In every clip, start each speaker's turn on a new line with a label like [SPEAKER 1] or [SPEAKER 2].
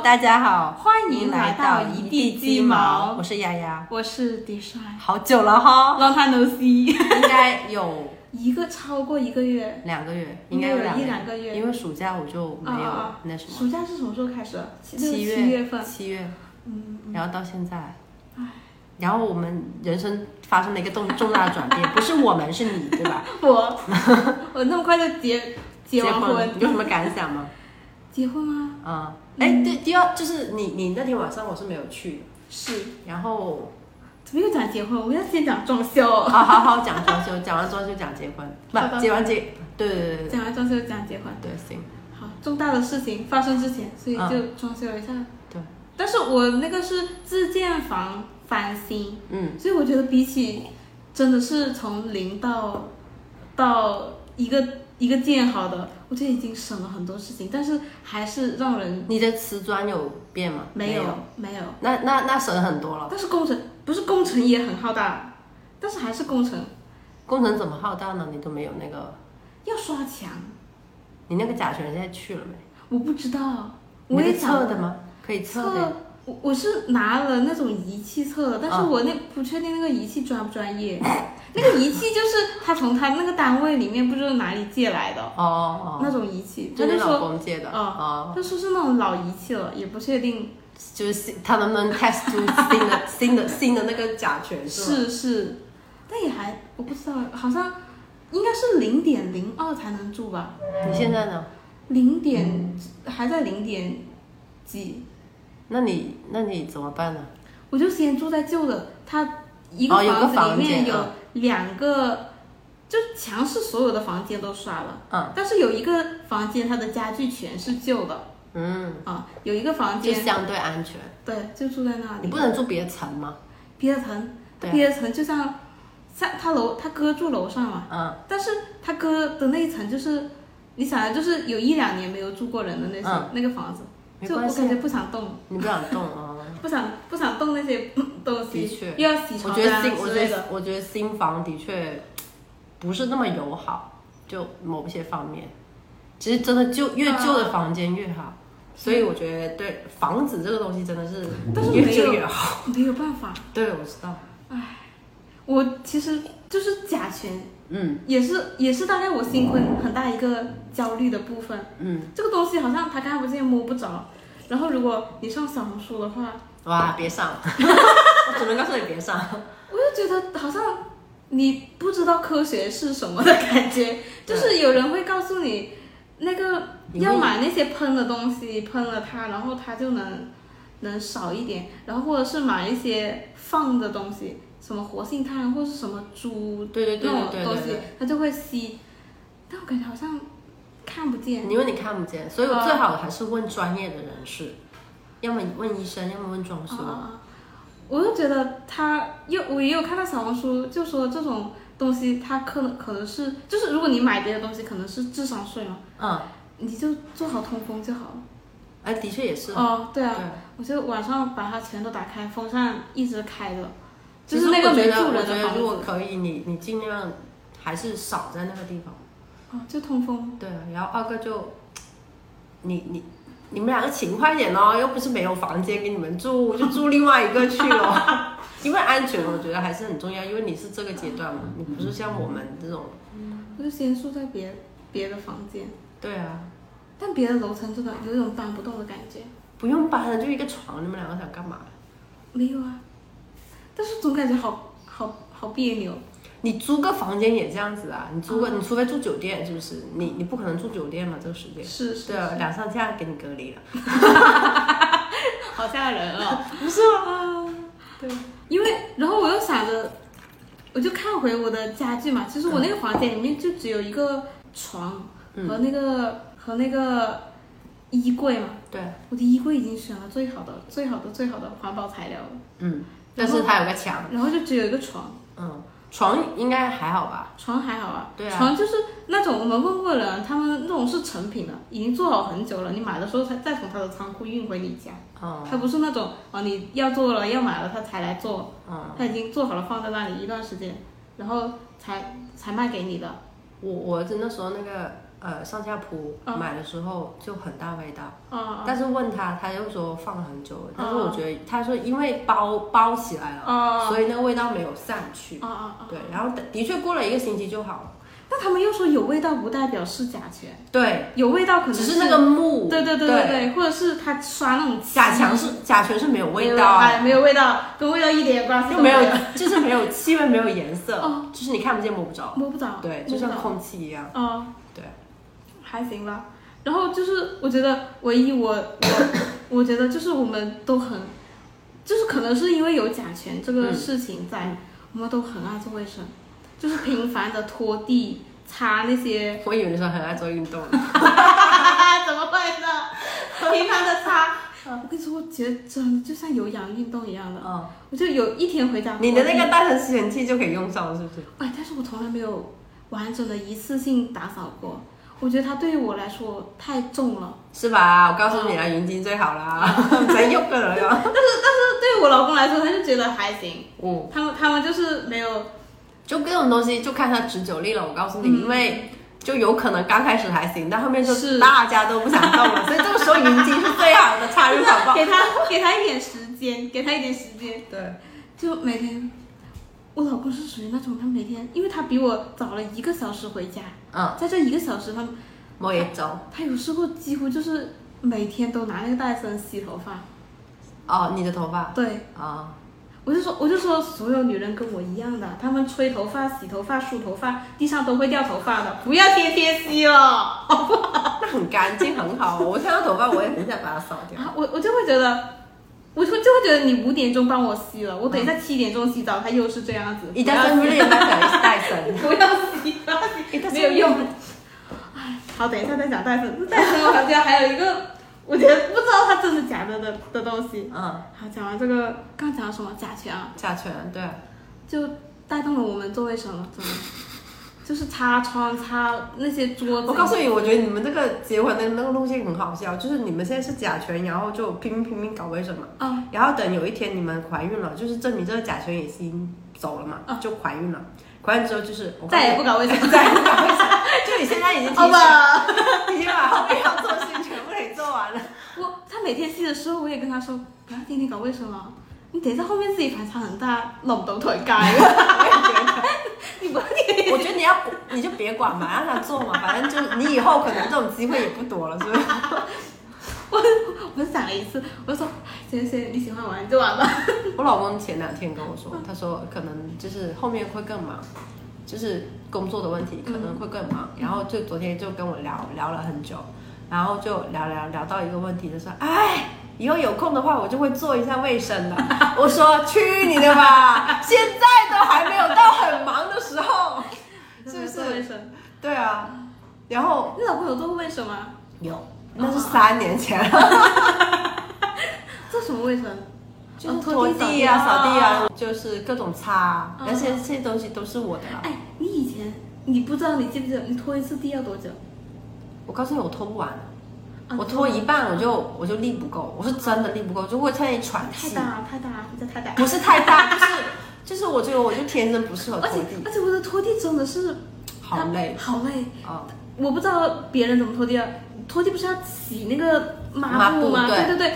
[SPEAKER 1] 大家好，
[SPEAKER 2] 欢迎
[SPEAKER 1] 来
[SPEAKER 2] 来到一地鸡毛
[SPEAKER 1] 我是丫丫，
[SPEAKER 2] 我是 D 帅
[SPEAKER 1] 好久了哈，
[SPEAKER 2] ，Long time no see，
[SPEAKER 1] 应该有
[SPEAKER 2] 一个超过一个月，
[SPEAKER 1] 两个月， 应该有两
[SPEAKER 2] 一
[SPEAKER 1] 个月，
[SPEAKER 2] 两个月。
[SPEAKER 1] 因为暑假我就没有
[SPEAKER 2] 啊
[SPEAKER 1] 那什么，
[SPEAKER 2] 暑假是什么时候开始？就是
[SPEAKER 1] 七
[SPEAKER 2] 七月份。
[SPEAKER 1] 七月，
[SPEAKER 2] 嗯，
[SPEAKER 1] 然后到现在，然后我们人生发生了一个重重大的 转变，不是我们是你对吧？
[SPEAKER 2] 我我 那么快就结结完
[SPEAKER 1] 婚
[SPEAKER 2] 婚
[SPEAKER 1] 了，，有什么感想 吗？
[SPEAKER 2] 结婚吗？
[SPEAKER 1] 啊，哎，对，第二就是你你那天晚上我是没有去的，
[SPEAKER 2] 是，
[SPEAKER 1] 然后
[SPEAKER 2] 怎么又讲结婚？我要先讲装修，
[SPEAKER 1] 啊，好好讲装修，讲完装修讲结婚，
[SPEAKER 2] 好
[SPEAKER 1] 不
[SPEAKER 2] 吧
[SPEAKER 1] 结完结，对对对对
[SPEAKER 2] 讲完装修讲结婚。
[SPEAKER 1] 对，行，
[SPEAKER 2] 好，重大的事情发生之前，所以
[SPEAKER 1] 嗯
[SPEAKER 2] 就装修了一下。
[SPEAKER 1] 对，
[SPEAKER 2] 但是我那个是自建房翻新，
[SPEAKER 1] 嗯，
[SPEAKER 2] 所以我觉得比起真的是从零到到一个一个建好的，我觉得已经省了很多事情，但是还是让人
[SPEAKER 1] 你的瓷砖有变吗？
[SPEAKER 2] 没有没有。
[SPEAKER 1] 那那那省很多了。
[SPEAKER 2] 但是工程不是工程也很浩大，但是还是工程
[SPEAKER 1] 工程怎么浩大呢？你都没有那个，
[SPEAKER 2] 要刷墙，
[SPEAKER 1] 你那个甲醛现在去了没？
[SPEAKER 2] 我不知道，
[SPEAKER 1] 你
[SPEAKER 2] 我
[SPEAKER 1] 那
[SPEAKER 2] 也
[SPEAKER 1] 个
[SPEAKER 2] 想
[SPEAKER 1] 测的吗？可以测的。
[SPEAKER 2] 测，我我是拿了那种仪器测的，但是
[SPEAKER 1] 啊
[SPEAKER 2] 我那不确定那个仪器专不专业。
[SPEAKER 1] 嗯
[SPEAKER 2] 那个仪器就是他从他那个单位里面不知道哪里借来的、
[SPEAKER 1] 哦哦，
[SPEAKER 2] 那种仪器，他
[SPEAKER 1] 就
[SPEAKER 2] 就是说
[SPEAKER 1] 老公借的。哦，
[SPEAKER 2] 他说是那种老仪器了，也不确定
[SPEAKER 1] 就是新他能不能 test 出新的新的新的那个甲醛是吗？
[SPEAKER 2] 是是，但也还我不知道，好像应该是零点零二才能住吧，
[SPEAKER 1] 你现在呢？
[SPEAKER 2] 零点
[SPEAKER 1] 嗯
[SPEAKER 2] 还在零点几，
[SPEAKER 1] 那你那你怎么办呢？
[SPEAKER 2] 我就先住在旧的，它一
[SPEAKER 1] 哦有个
[SPEAKER 2] 房子
[SPEAKER 1] 房
[SPEAKER 2] 里面
[SPEAKER 1] 间
[SPEAKER 2] 有
[SPEAKER 1] 啊
[SPEAKER 2] 两个，就强是所有的房间都刷了，
[SPEAKER 1] 嗯
[SPEAKER 2] 但是有一个房间它的家具全是旧的
[SPEAKER 1] 嗯，
[SPEAKER 2] 啊，有一个房
[SPEAKER 1] 就
[SPEAKER 2] 间
[SPEAKER 1] 相对安全。
[SPEAKER 2] 对就住在那
[SPEAKER 1] 你
[SPEAKER 2] 里，
[SPEAKER 1] 不能住别层吗？
[SPEAKER 2] 别的层
[SPEAKER 1] 对啊
[SPEAKER 2] 别的层就像像他楼他哥住楼上嘛。
[SPEAKER 1] 嗯
[SPEAKER 2] 但是他哥的那一层就是，你想啊，就是有一两年没有住过人的那些、那个房子，
[SPEAKER 1] 嗯没
[SPEAKER 2] 就我
[SPEAKER 1] 关系啊
[SPEAKER 2] 感觉不想动，
[SPEAKER 1] 你不想动哦。
[SPEAKER 2] 不想不想动那些东西，
[SPEAKER 1] 的确
[SPEAKER 2] 又要洗
[SPEAKER 1] 我
[SPEAKER 2] 床
[SPEAKER 1] 觉
[SPEAKER 2] 单
[SPEAKER 1] 得
[SPEAKER 2] 啊
[SPEAKER 1] 新，我
[SPEAKER 2] 之
[SPEAKER 1] 觉
[SPEAKER 2] 类的
[SPEAKER 1] 得。我觉得新房的确不是那么友好，就某些方面，其实真的就越
[SPEAKER 2] 啊
[SPEAKER 1] 旧的房间越好。所以我觉得对房子这个东西真的是
[SPEAKER 2] 但是
[SPEAKER 1] 越
[SPEAKER 2] 没
[SPEAKER 1] 旧
[SPEAKER 2] 有
[SPEAKER 1] 越好。
[SPEAKER 2] 没有办法，
[SPEAKER 1] 对，我知道。
[SPEAKER 2] 我其实就是甲醛，
[SPEAKER 1] 嗯
[SPEAKER 2] 也是也是大概我新婚很大一个焦虑的部分。
[SPEAKER 1] 嗯，
[SPEAKER 2] 这个东西好像他看不见摸不着，然后如果你上小红书的话，
[SPEAKER 1] 哇，别上！ 我只能告诉你别上。
[SPEAKER 2] 我就觉得好像你不知道科学是什么的感觉，就是有人会告诉你那个
[SPEAKER 1] 你会
[SPEAKER 2] 要买那些喷的东西，喷了它，然后它就能能少一点，然后或者是买一些放的东西，什么活性炭或是什么猪
[SPEAKER 1] 对对对
[SPEAKER 2] 那种
[SPEAKER 1] 对对
[SPEAKER 2] 东
[SPEAKER 1] 对
[SPEAKER 2] 西
[SPEAKER 1] 对。，
[SPEAKER 2] 它就会吸，但我感觉好像看不见。
[SPEAKER 1] 因为你看不见，所以
[SPEAKER 2] 啊
[SPEAKER 1] 我最好还是问专业的人士，要么问医生，要么问装修。
[SPEAKER 2] 啊，我就觉得他又我也有看到小红书就说这种东西，它可能可能是就是如果你买别的东西，可能是智商税嘛，
[SPEAKER 1] 嗯，
[SPEAKER 2] 你就做好通风就好了。
[SPEAKER 1] 哎，的确也是。
[SPEAKER 2] 哦，对啊，
[SPEAKER 1] 对
[SPEAKER 2] 我就晚上把它全都打开，风扇一直开着，
[SPEAKER 1] 其
[SPEAKER 2] 就
[SPEAKER 1] 实
[SPEAKER 2] 是那个
[SPEAKER 1] 我觉
[SPEAKER 2] 没
[SPEAKER 1] 得
[SPEAKER 2] 住
[SPEAKER 1] 我
[SPEAKER 2] 人
[SPEAKER 1] 觉
[SPEAKER 2] 的
[SPEAKER 1] 得
[SPEAKER 2] 房
[SPEAKER 1] 如果
[SPEAKER 2] 子，
[SPEAKER 1] 可以，你你尽量还是少在那个地方。
[SPEAKER 2] 哦，就通风。
[SPEAKER 1] 对，然后二哥就，你你你们两个勤快点哦，又不是没有房间给你们住，就住另外一个去 咯。因为安全，我觉得还是很重要，因为你是这个阶段
[SPEAKER 2] 嗯
[SPEAKER 1] 嘛，你不是像我们这种。
[SPEAKER 2] 我就先住在别别的房间，
[SPEAKER 1] 对啊，
[SPEAKER 2] 但别的楼层真的有一种搬不动的感觉。
[SPEAKER 1] 不用搬了，就一个床，你们两个想干嘛？
[SPEAKER 2] 没有啊，但是总感觉好好好别扭。
[SPEAKER 1] 你租个房间也这样子啊？你租
[SPEAKER 2] 嗯
[SPEAKER 1] 个，你除非住酒店，是不是？你你不可能住酒店嘛，这个时间。
[SPEAKER 2] 是是
[SPEAKER 1] 对啊，两上架给你隔离了。
[SPEAKER 2] 好吓人哦！ 不是啊，对，因为然后我又想着，我就看回我的家具嘛，其实我那个房间里面就只有一个床和那个、和那个衣柜嘛，
[SPEAKER 1] 对，
[SPEAKER 2] 我的衣柜已经选了最好的、最好的、最好的环保材料了，
[SPEAKER 1] 嗯，但是它有个墙，
[SPEAKER 2] 然后就只有一个床，
[SPEAKER 1] 嗯，床应该还好吧？
[SPEAKER 2] 床还好啊，
[SPEAKER 1] 对啊
[SPEAKER 2] 床就是那种我们问过人，他们那种是成品的，已经做好很久了，你买的时候才再从他的仓库运回你家，
[SPEAKER 1] 嗯
[SPEAKER 2] 它不是那种哦你要做了要买了他才来做。
[SPEAKER 1] 嗯，
[SPEAKER 2] 他已经做好了，放在那里一段时间，然后才才卖给你的。
[SPEAKER 1] 我我儿子那时候那个呃上下铺
[SPEAKER 2] 嗯
[SPEAKER 1] 买的时候就很大味道，
[SPEAKER 2] 啊
[SPEAKER 1] 但是问他他又说放了很久了，但是
[SPEAKER 2] 嗯
[SPEAKER 1] 我觉得他说因为包包起来了，
[SPEAKER 2] 啊
[SPEAKER 1] 所以那个味道没有散去
[SPEAKER 2] 啊。啊！
[SPEAKER 1] 对，然后的的确过了一个星期就好了。
[SPEAKER 2] 那他们又说有味道不代表是甲
[SPEAKER 1] 嗯
[SPEAKER 2] 醛，
[SPEAKER 1] 对，
[SPEAKER 2] 有味道可能
[SPEAKER 1] 只是那个木，
[SPEAKER 2] 对对对对对，或者是他刷那种漆
[SPEAKER 1] 甲醛是甲醛是没有味道啊，
[SPEAKER 2] 哎，没有味道，跟味道一点关系
[SPEAKER 1] 就
[SPEAKER 2] 都
[SPEAKER 1] 没有嗯
[SPEAKER 2] 有，，
[SPEAKER 1] 就是没有气味，没有颜色
[SPEAKER 2] 哦，
[SPEAKER 1] 就是你看不见摸不着。
[SPEAKER 2] 摸不着，
[SPEAKER 1] 对，
[SPEAKER 2] 摸
[SPEAKER 1] 就
[SPEAKER 2] 不
[SPEAKER 1] 像
[SPEAKER 2] 着，
[SPEAKER 1] 空气一样。
[SPEAKER 2] 哦，
[SPEAKER 1] 对，
[SPEAKER 2] 还行吧。然后就是我觉得唯一我 我我觉得就是我们都很，就是可能是因为有甲醛这个
[SPEAKER 1] 嗯
[SPEAKER 2] 事情在，我们都很爱做卫生，就是频繁的拖地、擦那 些
[SPEAKER 1] 我以为你说很爱做运动，
[SPEAKER 2] 怎么会 呢？频繁的擦。我跟你说，我觉得真就像有氧运动一样的。
[SPEAKER 1] 嗯，
[SPEAKER 2] 我就有一天回家，
[SPEAKER 1] 你的那个，单程吸尘器就可以用上，是不是？
[SPEAKER 2] 哎，但是我从来没有完整的一次性打扫过。我觉得它对于我来说太重了，
[SPEAKER 1] 是吧？我告诉你啊，云鲸最好啦，咱用个人啊。
[SPEAKER 2] 但是对于我老公来说，他就觉得还行。
[SPEAKER 1] 嗯，
[SPEAKER 2] 他们他们就是没有，
[SPEAKER 1] 就各种东西就看他持久力了。我告诉你，因为就有可能刚开始还行，但后面就是大家都不想动了，所以这个时候云鲸是最好的插入广 告。
[SPEAKER 2] 给他给他一点时间，给他一点时间，
[SPEAKER 1] 对，
[SPEAKER 2] 就每天。我老公是属于那种，他每天，因为他比我早了一个小时回家，
[SPEAKER 1] 嗯，
[SPEAKER 2] 在这一个小时，他
[SPEAKER 1] 某一周。
[SPEAKER 2] 他有时候几乎就是每天都拿那个戴森洗头发。
[SPEAKER 1] 哦，你的头发
[SPEAKER 2] 对，
[SPEAKER 1] 啊、
[SPEAKER 2] 我就说，我就说，所有女人跟我一样的，她们吹头发、洗头发、梳头发，地上都会掉头发的，不要天天吸了。
[SPEAKER 1] 那很干净，很好。我看到头发，我也很想把它扫掉。
[SPEAKER 2] 啊，我我就会觉得，我就就会觉得你五点钟帮我吸了，我等一下七点钟洗澡，他又是这样子，
[SPEAKER 1] 嗯一旦生日，一旦讲一次戴森，
[SPEAKER 2] 不要洗了，没有用。哎，好，等一下再讲戴森，戴森我好像还有一个，我觉得不知道它真的假的的的东西。
[SPEAKER 1] 嗯，
[SPEAKER 2] 好，讲完这个，刚讲了什么甲醛啊，
[SPEAKER 1] 甲醛对，
[SPEAKER 2] 就带动了我们做卫生了，真的，就是擦窗、擦那些桌子。
[SPEAKER 1] 我告诉你，我觉得你们这个结婚的那个路线很好笑，就是你们现在是甲醛，然后就拼命拼命搞卫生嘛，
[SPEAKER 2] 啊，
[SPEAKER 1] 然后等有一天你们怀孕了，就是证明这个甲醛也已经走了嘛，
[SPEAKER 2] 嗯
[SPEAKER 1] 就怀孕了，怀孕之后就是我
[SPEAKER 2] 再也不搞卫生，
[SPEAKER 1] 再也不搞卫生，就你现在已经提
[SPEAKER 2] 好
[SPEAKER 1] 前，
[SPEAKER 2] 吧？
[SPEAKER 1] 已经把后面要做的事情全部给做完了，
[SPEAKER 2] 我他每天吸的时候，我也跟他说，不要天天搞卫生了，你等一下后面自己反差很大，弄到腿街。
[SPEAKER 1] 我也觉得。
[SPEAKER 2] 你不要天天
[SPEAKER 1] 我觉得你要你就别管嘛，让他做嘛，反正就是你以后可能这种机会也不多了，是不是？
[SPEAKER 2] 我我想了一次，我就说行行，你喜欢玩就玩吧。
[SPEAKER 1] 我老公前两天跟我说，他说可能就是后面会更忙，就是工作的问题可
[SPEAKER 2] 嗯
[SPEAKER 1] 能会更忙。然后就昨天就跟我聊聊了很久，然后就聊聊聊到一个问题，就说哎。以后有空的话，我就会做一下卫 生的。我说去你的吧，现在都还没有到很忙的时候。 是不是
[SPEAKER 2] 做卫生？
[SPEAKER 1] 对啊，然后
[SPEAKER 2] 你老公有做过卫生吗？
[SPEAKER 1] 有，那
[SPEAKER 2] 哦
[SPEAKER 1] 是三年前了。
[SPEAKER 2] 做什么卫生？
[SPEAKER 1] 就是
[SPEAKER 2] 拖
[SPEAKER 1] 拖
[SPEAKER 2] 地
[SPEAKER 1] 地
[SPEAKER 2] 扫
[SPEAKER 1] 啊、
[SPEAKER 2] 地
[SPEAKER 1] 扫地
[SPEAKER 2] 啊
[SPEAKER 1] 啊，就是各种擦啊，
[SPEAKER 2] 嗯
[SPEAKER 1] 而且这些东西都是我的啦。
[SPEAKER 2] 哎，你以前你不知道，你记不记得你拖一次地要多久？
[SPEAKER 1] 我告诉你，我拖不完，
[SPEAKER 2] 啊
[SPEAKER 1] 我拖一半我就我就力不够，我是真的力不够，就会在那里喘
[SPEAKER 2] 太
[SPEAKER 1] 气。
[SPEAKER 2] 大太大，你这太大。
[SPEAKER 1] 不是太大， 就是就是我觉得我就天生不适合
[SPEAKER 2] 而
[SPEAKER 1] 拖
[SPEAKER 2] 且
[SPEAKER 1] 地，
[SPEAKER 2] 而且我的拖地真的是
[SPEAKER 1] 好累
[SPEAKER 2] 它好累。
[SPEAKER 1] 啊。
[SPEAKER 2] 我不知道别人怎么拖地啊，拖地不是要洗那个抹布
[SPEAKER 1] 抹
[SPEAKER 2] 吗？
[SPEAKER 1] 布对
[SPEAKER 2] 对对，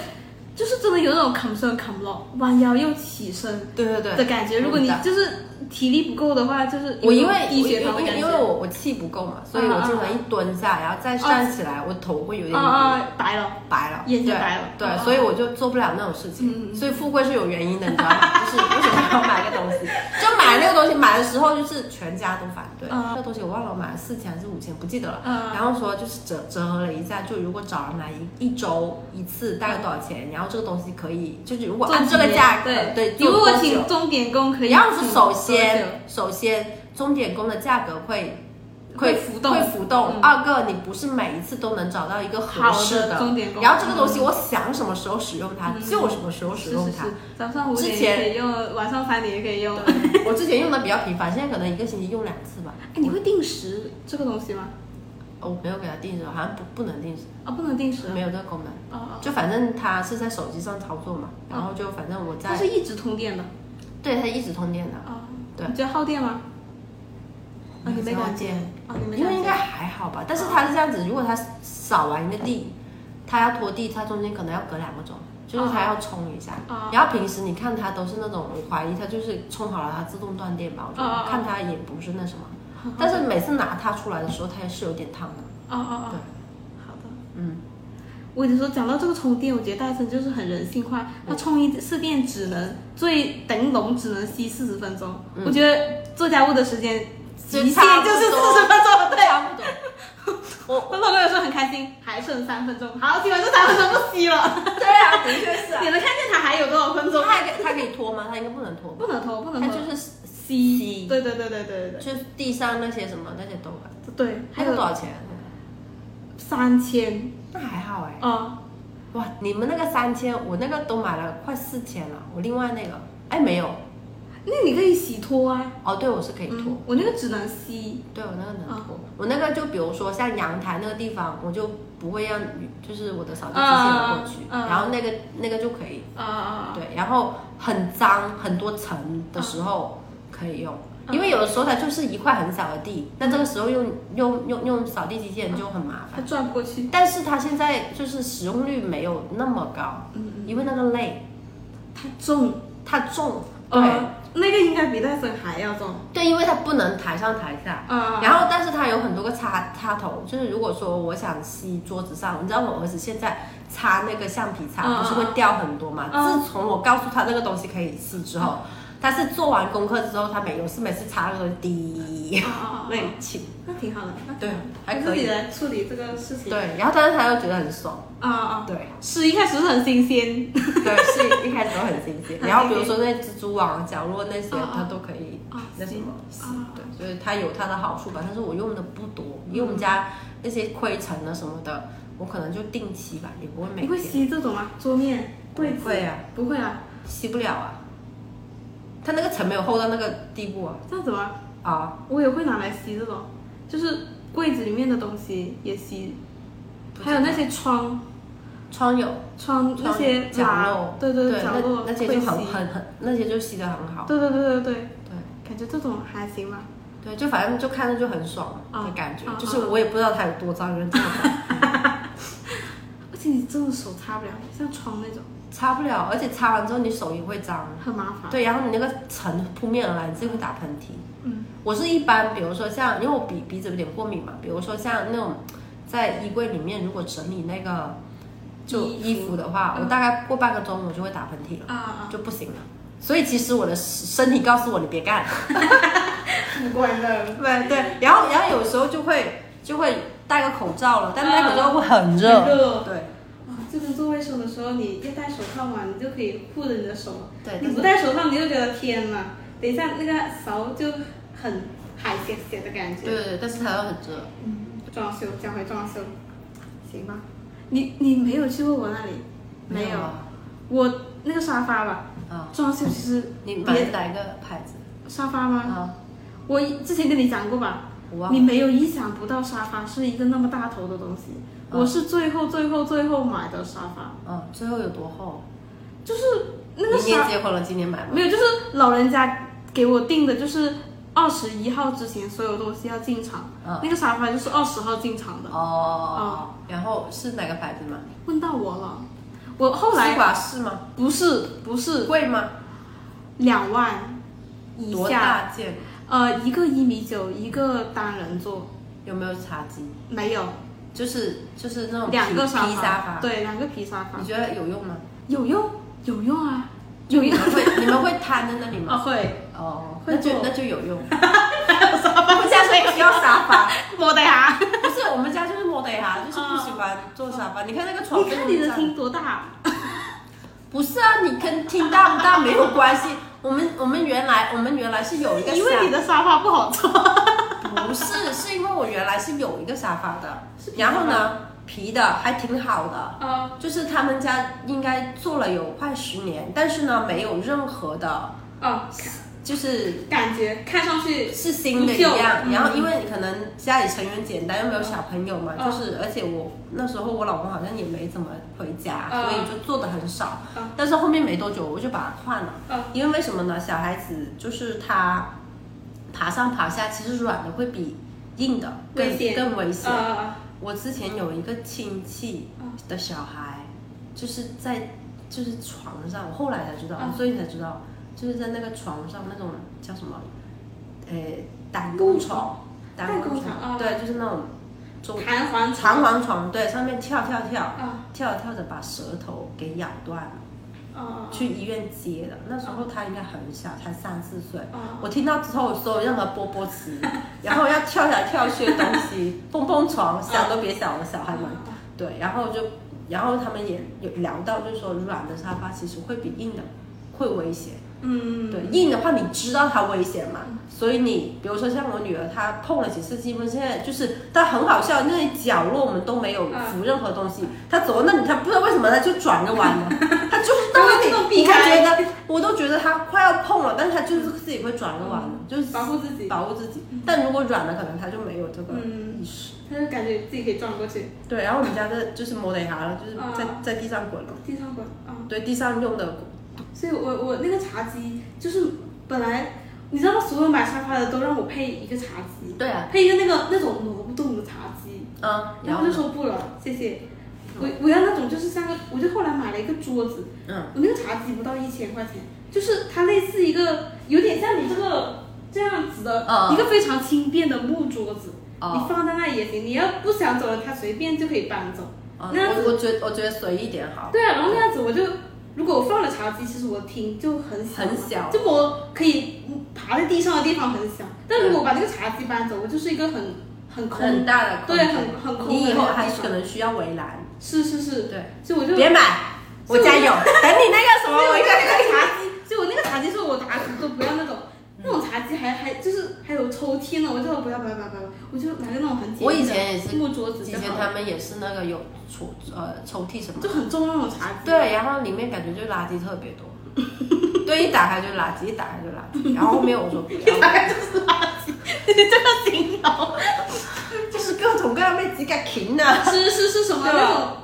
[SPEAKER 2] 就是真的有那种扛身扛不落，弯腰又起身
[SPEAKER 1] 对对对
[SPEAKER 2] 的感觉。如果你
[SPEAKER 1] 嗯
[SPEAKER 2] 就是体力不够的话，就是
[SPEAKER 1] 我因为
[SPEAKER 2] 有低血糖
[SPEAKER 1] 我
[SPEAKER 2] 的
[SPEAKER 1] 因为
[SPEAKER 2] 感
[SPEAKER 1] 因为
[SPEAKER 2] 觉。
[SPEAKER 1] 我我气不够嘛，所以我经常一蹲下，然后再站起来，我头会有点
[SPEAKER 2] 啊啊，白了。
[SPEAKER 1] 白了，
[SPEAKER 2] 眼睛
[SPEAKER 1] 对
[SPEAKER 2] 白了
[SPEAKER 1] 对，
[SPEAKER 2] 哦
[SPEAKER 1] 所以我就做不了那种事
[SPEAKER 2] 嗯
[SPEAKER 1] 情。
[SPEAKER 2] 嗯
[SPEAKER 1] 所以富贵是有原因的，你知道吗？ 就是为什么要买个东 西？就买那个东西，买的时候就是全家都反对。
[SPEAKER 2] 嗯
[SPEAKER 1] 那东西我忘了我买了四千还是五千，不记得了。
[SPEAKER 2] 嗯
[SPEAKER 1] 然后说就是折折合了一下，就如果找人来一一周一次大概多少钱？然后这个东西可以，就是如果按这个价格，
[SPEAKER 2] 啊对
[SPEAKER 1] 对，
[SPEAKER 2] 如
[SPEAKER 1] 做
[SPEAKER 2] 果
[SPEAKER 1] 多久
[SPEAKER 2] 请钟点工可以
[SPEAKER 1] 然后
[SPEAKER 2] 请
[SPEAKER 1] 是首
[SPEAKER 2] 多久
[SPEAKER 1] 先，首先钟点工的价格会
[SPEAKER 2] 会浮动
[SPEAKER 1] 会浮动
[SPEAKER 2] 嗯。
[SPEAKER 1] 二个，你不是每一次都能找到一个合适
[SPEAKER 2] 好的钟点工
[SPEAKER 1] 然后这个东西，我想什么时候使用它
[SPEAKER 2] 嗯
[SPEAKER 1] 就什么时候使
[SPEAKER 2] 是
[SPEAKER 1] 用
[SPEAKER 2] 是
[SPEAKER 1] 它
[SPEAKER 2] 是。，早上五点
[SPEAKER 1] 之
[SPEAKER 2] 也
[SPEAKER 1] 前
[SPEAKER 2] 可以用，晚上三点也可以用。
[SPEAKER 1] 我之前用的比较频繁，现在可能一个星期用两次吧。
[SPEAKER 2] 哎，你会定时这个东西吗？
[SPEAKER 1] 哦我没有给它定时，好像不不能定时，
[SPEAKER 2] 啊，不能定时。
[SPEAKER 1] 没有这个功能。
[SPEAKER 2] 哦哦，
[SPEAKER 1] 就反正它是在手机上操作嘛，然后就反正我
[SPEAKER 2] 它
[SPEAKER 1] 在
[SPEAKER 2] 是一直通电的。
[SPEAKER 1] 对它一直通电的，嗯
[SPEAKER 2] 啊，
[SPEAKER 1] 对
[SPEAKER 2] 你觉得耗电吗？啊，你没
[SPEAKER 1] 小
[SPEAKER 2] 感觉
[SPEAKER 1] 姐？
[SPEAKER 2] 啊，你没
[SPEAKER 1] 因为应
[SPEAKER 2] 感觉？
[SPEAKER 1] 该还好吧，但是他是这样子，如果他扫完一个地，
[SPEAKER 2] 哦
[SPEAKER 1] 他要拖地，他中间可能要隔两个钟，就是他要冲一下。
[SPEAKER 2] 啊
[SPEAKER 1] 然后平时你看他都是那种，我怀疑他就是冲好了，他自动断电吧，我觉
[SPEAKER 2] 啊啊
[SPEAKER 1] 得
[SPEAKER 2] 啊
[SPEAKER 1] 看他也不是那什么。
[SPEAKER 2] 好
[SPEAKER 1] 但是每次拿它出来的时候，它也是有点烫的。
[SPEAKER 2] 哦哦哦
[SPEAKER 1] 对，
[SPEAKER 2] 好的。
[SPEAKER 1] 嗯，
[SPEAKER 2] 我跟你说，讲到这个充电，我觉得戴森就是很人性
[SPEAKER 1] 嗯
[SPEAKER 2] 化，它充一次电只能最顶笼只能吸四十分钟，我觉得做家务的时间
[SPEAKER 1] 嗯
[SPEAKER 2] 极限
[SPEAKER 1] 差不
[SPEAKER 2] 就是
[SPEAKER 1] 多
[SPEAKER 2] 四十分钟，对。
[SPEAKER 1] 差不多。 我
[SPEAKER 2] 我老公有时候很开心，还剩三分钟，好，洗完这三分钟不 洗了，
[SPEAKER 1] 对啊，的确是
[SPEAKER 2] 你能看见它还有多少分钟
[SPEAKER 1] 它？还可以它可以拖吗？它应该不能拖吧？
[SPEAKER 2] 不能拖，不能
[SPEAKER 1] 它
[SPEAKER 2] 拖，
[SPEAKER 1] 就是
[SPEAKER 2] 吸，
[SPEAKER 1] 吸，
[SPEAKER 2] 对对对对对对
[SPEAKER 1] 就是地上那些什么那些都吧。
[SPEAKER 2] 对，对，还
[SPEAKER 1] 那个多少
[SPEAKER 2] 有
[SPEAKER 1] 钱？啊
[SPEAKER 2] 三千，
[SPEAKER 1] 那还好哎。
[SPEAKER 2] 啊，
[SPEAKER 1] 哇，你们那个三千，我那个都买了快四千了。我另外那个，哎，没有。
[SPEAKER 2] 那你可以洗拖啊，
[SPEAKER 1] 哦，对，我是可以拖。
[SPEAKER 2] 嗯，我那个只能吸，
[SPEAKER 1] 对我那个能拖，我那个就比如说像阳台那个地方，我就不会让就是我的扫地机器人过去，
[SPEAKER 2] 嗯嗯嗯
[SPEAKER 1] 然后那个那个就可以。
[SPEAKER 2] 啊啊
[SPEAKER 1] 对，然后很脏很多尘的时候可以用，
[SPEAKER 2] 嗯
[SPEAKER 1] 因为有的时候它就是一块很小的地，那这个时候用用用用扫地机器人就很麻
[SPEAKER 2] 啊，它
[SPEAKER 1] 烦。
[SPEAKER 2] 转不过去，
[SPEAKER 1] 但是它现在就是使用率没有那么高，
[SPEAKER 2] 嗯嗯，
[SPEAKER 1] 因为那个累，
[SPEAKER 2] 它重，
[SPEAKER 1] 它重，对、
[SPEAKER 2] 呃，那个应该比戴森还要重，
[SPEAKER 1] 对，因为它不能抬上抬下。
[SPEAKER 2] 啊，
[SPEAKER 1] 然后，但是它有很多个插插头，就是如果说我想吸桌子上，你知道我儿子现在擦那个橡皮擦
[SPEAKER 2] 嗯
[SPEAKER 1] 不是会掉很多嘛？
[SPEAKER 2] 嗯
[SPEAKER 1] 自从我告诉他这个东西可以吸之后，他是做完功课之后，他每有事每次擦那个东西滴，
[SPEAKER 2] 啊啊 啊，
[SPEAKER 1] 那
[SPEAKER 2] 那
[SPEAKER 1] 一起，
[SPEAKER 2] 那挺好的，那
[SPEAKER 1] 对，还
[SPEAKER 2] 自
[SPEAKER 1] 可
[SPEAKER 2] 己
[SPEAKER 1] 以，
[SPEAKER 2] 来处理这个事情，
[SPEAKER 1] 对。然后，但是他又觉得很爽，
[SPEAKER 2] 啊啊，
[SPEAKER 1] 对
[SPEAKER 2] 是一开始是很新鲜，
[SPEAKER 1] 对，是一开始都很新 鲜。
[SPEAKER 2] 很
[SPEAKER 1] 然后比如
[SPEAKER 2] 新鲜
[SPEAKER 1] 说那蜘蛛网、角落那些，
[SPEAKER 2] 嗯嗯
[SPEAKER 1] 他都可以
[SPEAKER 2] 啊，
[SPEAKER 1] 那什么，
[SPEAKER 2] 吸啊
[SPEAKER 1] 对，所以它有它的好处吧。但是我用的不多，因为我们家
[SPEAKER 2] 嗯
[SPEAKER 1] 那些灰尘啊什么的，我可能就定期吧，也不会每
[SPEAKER 2] 你会
[SPEAKER 1] 天。
[SPEAKER 2] 吸这种吗？桌面、柜子？
[SPEAKER 1] 会啊，
[SPEAKER 2] 不会啊，
[SPEAKER 1] 吸不了啊，它那个尘没有厚到那个地步啊
[SPEAKER 2] 这样子吗？
[SPEAKER 1] 啊，
[SPEAKER 2] 我也会拿来吸这种，就是柜子里面的东西也吸，
[SPEAKER 1] 不知道
[SPEAKER 2] 还有那些窗
[SPEAKER 1] 窗有
[SPEAKER 2] 窗那些
[SPEAKER 1] 角
[SPEAKER 2] 拉
[SPEAKER 1] 落，，
[SPEAKER 2] 对
[SPEAKER 1] 对，
[SPEAKER 2] 角
[SPEAKER 1] 那
[SPEAKER 2] 落
[SPEAKER 1] 那些
[SPEAKER 2] 会
[SPEAKER 1] 就很
[SPEAKER 2] 吸，
[SPEAKER 1] 很很，那些就吸得很好，
[SPEAKER 2] 对对对对对，
[SPEAKER 1] 对
[SPEAKER 2] 感觉这种还行吧。
[SPEAKER 1] 对，就反正就看着就很爽
[SPEAKER 2] 啊
[SPEAKER 1] 的感觉
[SPEAKER 2] 啊，
[SPEAKER 1] 就是我也不知道它有多脏，就是这么脏
[SPEAKER 2] 而且你真的手擦不了，像窗那种
[SPEAKER 1] 擦不了，而且擦完之后你手也会脏，
[SPEAKER 2] 很麻烦。
[SPEAKER 1] 对，然后你那个尘扑面而来，你自己会打喷嚏。
[SPEAKER 2] 嗯，
[SPEAKER 1] 我是一般，比如说像，因为我鼻鼻子有点过敏嘛，比如说像那种在衣柜里面，如果整理那个就
[SPEAKER 2] 衣服
[SPEAKER 1] 衣服的话，
[SPEAKER 2] 嗯
[SPEAKER 1] 我大概过半个钟我就会打喷嚏了，
[SPEAKER 2] 啊啊，
[SPEAKER 1] 就不行了。所以其实我的身体告诉我你别干，
[SPEAKER 2] 不怪的。
[SPEAKER 1] 对对，然后然后有时候就会就会戴个口罩了，但戴口罩会很
[SPEAKER 2] 热
[SPEAKER 1] 热，对
[SPEAKER 2] 啊，就跟做卫生的时候，你要戴手套嘛，你就可以护着你的手。
[SPEAKER 1] 对
[SPEAKER 2] 你不戴手套，你就觉得天呐，等一下那个勺就很海鲜鲜的感觉。
[SPEAKER 1] 对对，但是它又很热，
[SPEAKER 2] 嗯，装修，讲回装修，行吧？你你没有去过我那里？没有，
[SPEAKER 1] 啊
[SPEAKER 2] 我那个沙发吧，
[SPEAKER 1] 啊，
[SPEAKER 2] 装修其实
[SPEAKER 1] 你买
[SPEAKER 2] 别嗯
[SPEAKER 1] 的哪一个牌子
[SPEAKER 2] 沙发吗？
[SPEAKER 1] 啊？
[SPEAKER 2] 我之前跟你讲过吧，
[SPEAKER 1] 我忘
[SPEAKER 2] 你
[SPEAKER 1] 了，
[SPEAKER 2] 没有意想不到沙发是一个那么大头的东西，
[SPEAKER 1] 啊
[SPEAKER 2] 我是最后最后最后买的沙发，
[SPEAKER 1] 啊，最后有多厚？
[SPEAKER 2] 就是那个
[SPEAKER 1] 明年
[SPEAKER 2] 沙
[SPEAKER 1] 结婚了，今年买吗？
[SPEAKER 2] 没有，就是老人家给我定的，就是二十一号之前所有东西要进场，
[SPEAKER 1] 啊
[SPEAKER 2] 那个沙发就是二十号进场的。
[SPEAKER 1] 嗯哦，然后是哪个牌子吗？
[SPEAKER 2] 问到我了，我后来
[SPEAKER 1] 丝瓜是吗？
[SPEAKER 2] 不是不是
[SPEAKER 1] 贵吗？
[SPEAKER 2] 两万以
[SPEAKER 1] 多
[SPEAKER 2] 下，
[SPEAKER 1] 大件？
[SPEAKER 2] 呃，一个一米九，一个单人座，
[SPEAKER 1] 有没有茶几？
[SPEAKER 2] 没有
[SPEAKER 1] 就是就是那种皮
[SPEAKER 2] 两个
[SPEAKER 1] 皮
[SPEAKER 2] 嗯沙
[SPEAKER 1] 沙发，
[SPEAKER 2] 对，两个皮沙发
[SPEAKER 1] 你觉得有用吗？
[SPEAKER 2] 有用有用啊，有
[SPEAKER 1] 你
[SPEAKER 2] 用
[SPEAKER 1] 们 会你们会摊在那里吗？
[SPEAKER 2] 啊 会，
[SPEAKER 1] 哦，
[SPEAKER 2] 会
[SPEAKER 1] 那就
[SPEAKER 2] 做
[SPEAKER 1] 那就有用。我们家谁需要沙发？
[SPEAKER 2] 我的呀，
[SPEAKER 1] 不是，我们家就是摸得哈，就是不喜欢坐沙发。你嗯看那个床，
[SPEAKER 2] 你看你的厅多大，
[SPEAKER 1] 不是啊，你跟厅大不大没有关系。我们我们原来我们原来是有一个
[SPEAKER 2] 因为你
[SPEAKER 1] 沙，
[SPEAKER 2] 的沙发不好坐，
[SPEAKER 1] 不是，是因为我原来是有一个沙发的
[SPEAKER 2] 是，皮
[SPEAKER 1] 然后呢，皮的还挺好的，
[SPEAKER 2] 啊
[SPEAKER 1] 就是他们家应该做了有快十年，但是呢，没有任何的，
[SPEAKER 2] 啊，
[SPEAKER 1] 就是
[SPEAKER 2] 感觉看上去
[SPEAKER 1] 是新的一
[SPEAKER 2] 不锈
[SPEAKER 1] 样。
[SPEAKER 2] 嗯
[SPEAKER 1] 然后因为可能家里成员简单，又没有小朋友嘛，
[SPEAKER 2] 嗯
[SPEAKER 1] 就是而且我那时候我老公好像也没怎么回家，
[SPEAKER 2] 嗯
[SPEAKER 1] 所以就做的很少
[SPEAKER 2] 嗯。
[SPEAKER 1] 但是后面没多久我就把它换了
[SPEAKER 2] 嗯，
[SPEAKER 1] 因为为什么呢？小孩子就是他。爬上爬下，其实软的会比硬的更
[SPEAKER 2] 危险
[SPEAKER 1] 更危险。
[SPEAKER 2] 啊
[SPEAKER 1] 我之前有一个亲戚的小孩，就是在就是床上，我后来才知道，
[SPEAKER 2] 嗯
[SPEAKER 1] 所以才知道，就是在那个床上那种叫什么，呃，胆固
[SPEAKER 2] 床
[SPEAKER 1] 床，嗯胆
[SPEAKER 2] 胆固
[SPEAKER 1] 固
[SPEAKER 2] 床啊
[SPEAKER 1] 床，对，就是那种中
[SPEAKER 2] 弹簧
[SPEAKER 1] 弹簧床，对，上面跳跳跳，
[SPEAKER 2] 啊
[SPEAKER 1] 跳着跳着把舌头给咬断了，
[SPEAKER 2] 啊
[SPEAKER 1] 去医院接的。那时候他应该很小，才三四岁。
[SPEAKER 2] 啊
[SPEAKER 1] 我听到之后，所有任何波波词， 然后要跳来跳去的东西，蹦蹦床，想都别想了，小孩们。
[SPEAKER 2] 嗯呃
[SPEAKER 1] 对，然后就，然后他们也有聊到，就是说软的沙发其实会比硬的会危险。
[SPEAKER 2] 嗯
[SPEAKER 1] 对，硬的话你知道它危险嘛
[SPEAKER 2] 嗯，
[SPEAKER 1] 所以你比如说像我女儿，她碰了几次，基本现在就是她很好笑，那些角落我们都没有扶任何东西，她走到那里，她不知道为什么她就转个 弯了，她就是到
[SPEAKER 2] 然后
[SPEAKER 1] 那
[SPEAKER 2] 自动
[SPEAKER 1] 里，
[SPEAKER 2] 避
[SPEAKER 1] 你
[SPEAKER 2] 开
[SPEAKER 1] 还觉得我都觉得她快要碰了，但是她就是自己会转个弯，就是
[SPEAKER 2] 嗯保护自己
[SPEAKER 1] 保护自己。但如果软了，可能她就没有这个
[SPEAKER 2] 嗯
[SPEAKER 1] 意识。
[SPEAKER 2] 他就感觉自己可以撞过去，
[SPEAKER 1] 对，然后我们家的就是摸得下了，就是在
[SPEAKER 2] 啊
[SPEAKER 1] 在地上滚了，
[SPEAKER 2] 地上滚啊！
[SPEAKER 1] 对，地上用的
[SPEAKER 2] 所以我我那个茶几就是本来你知道吗？所有买沙发的都让我配一个茶几，
[SPEAKER 1] 对啊，
[SPEAKER 2] 配一个那个那种挪不动的茶几，
[SPEAKER 1] 嗯，
[SPEAKER 2] 然
[SPEAKER 1] 然
[SPEAKER 2] 后
[SPEAKER 1] 后
[SPEAKER 2] 就说不了，谢谢。我我要那种就是像个，我就后来买了一个桌子，
[SPEAKER 1] 嗯，
[SPEAKER 2] 我那个茶几不到一千块钱，就是它类似一个有点像你这个这样子的、
[SPEAKER 1] 嗯
[SPEAKER 2] 一个非常轻便的木桌子，
[SPEAKER 1] 哦
[SPEAKER 2] 你放在那里也行，你要不想走了，它随便就可以搬走。
[SPEAKER 1] 嗯
[SPEAKER 2] 那样子
[SPEAKER 1] 我我觉得我觉得随意点好。
[SPEAKER 2] 对啊，然后那样子我就如果我放了茶几，其实我厅就很小嘛，
[SPEAKER 1] 很小
[SPEAKER 2] 就我可以嗯爬在地上的地方很小，但如果我把那个茶几搬走，我就是一个很很空
[SPEAKER 1] 很，大的啊空
[SPEAKER 2] 对，
[SPEAKER 1] 间，
[SPEAKER 2] 很很空的
[SPEAKER 1] 你以后
[SPEAKER 2] 那个
[SPEAKER 1] 还
[SPEAKER 2] 地
[SPEAKER 1] 是可
[SPEAKER 2] 方
[SPEAKER 1] 能需要围栏，
[SPEAKER 2] 是是是，
[SPEAKER 1] 对，
[SPEAKER 2] 所以我就
[SPEAKER 1] 别买，
[SPEAKER 2] 所以
[SPEAKER 1] 我
[SPEAKER 2] 我
[SPEAKER 1] 家 有。等你那个什么，
[SPEAKER 2] 我
[SPEAKER 1] 我
[SPEAKER 2] 那
[SPEAKER 1] 应该
[SPEAKER 2] 个茶几，就我那个茶几是我打死都不要那种，那种茶几还还就是还有抽屉呢，我就不要不要不要不要，我就拿个那种很简
[SPEAKER 1] 我以
[SPEAKER 2] 易的
[SPEAKER 1] 前也是
[SPEAKER 2] 木桌子
[SPEAKER 1] 以
[SPEAKER 2] 就
[SPEAKER 1] 前
[SPEAKER 2] 好
[SPEAKER 1] 他
[SPEAKER 2] 了，
[SPEAKER 1] 们也是那个有抽呃抽屉什么
[SPEAKER 2] 就
[SPEAKER 1] 的，
[SPEAKER 2] 很重那种茶几。
[SPEAKER 1] 对，然后里面感觉就垃圾特别 多，对，一打开就垃圾，一打开就垃圾。然后后面我 说不要，
[SPEAKER 2] 大概就是垃圾，这个形容
[SPEAKER 1] 就是各种各样被自己给停了。
[SPEAKER 2] 是是是什 么
[SPEAKER 1] 对吧
[SPEAKER 2] 那种？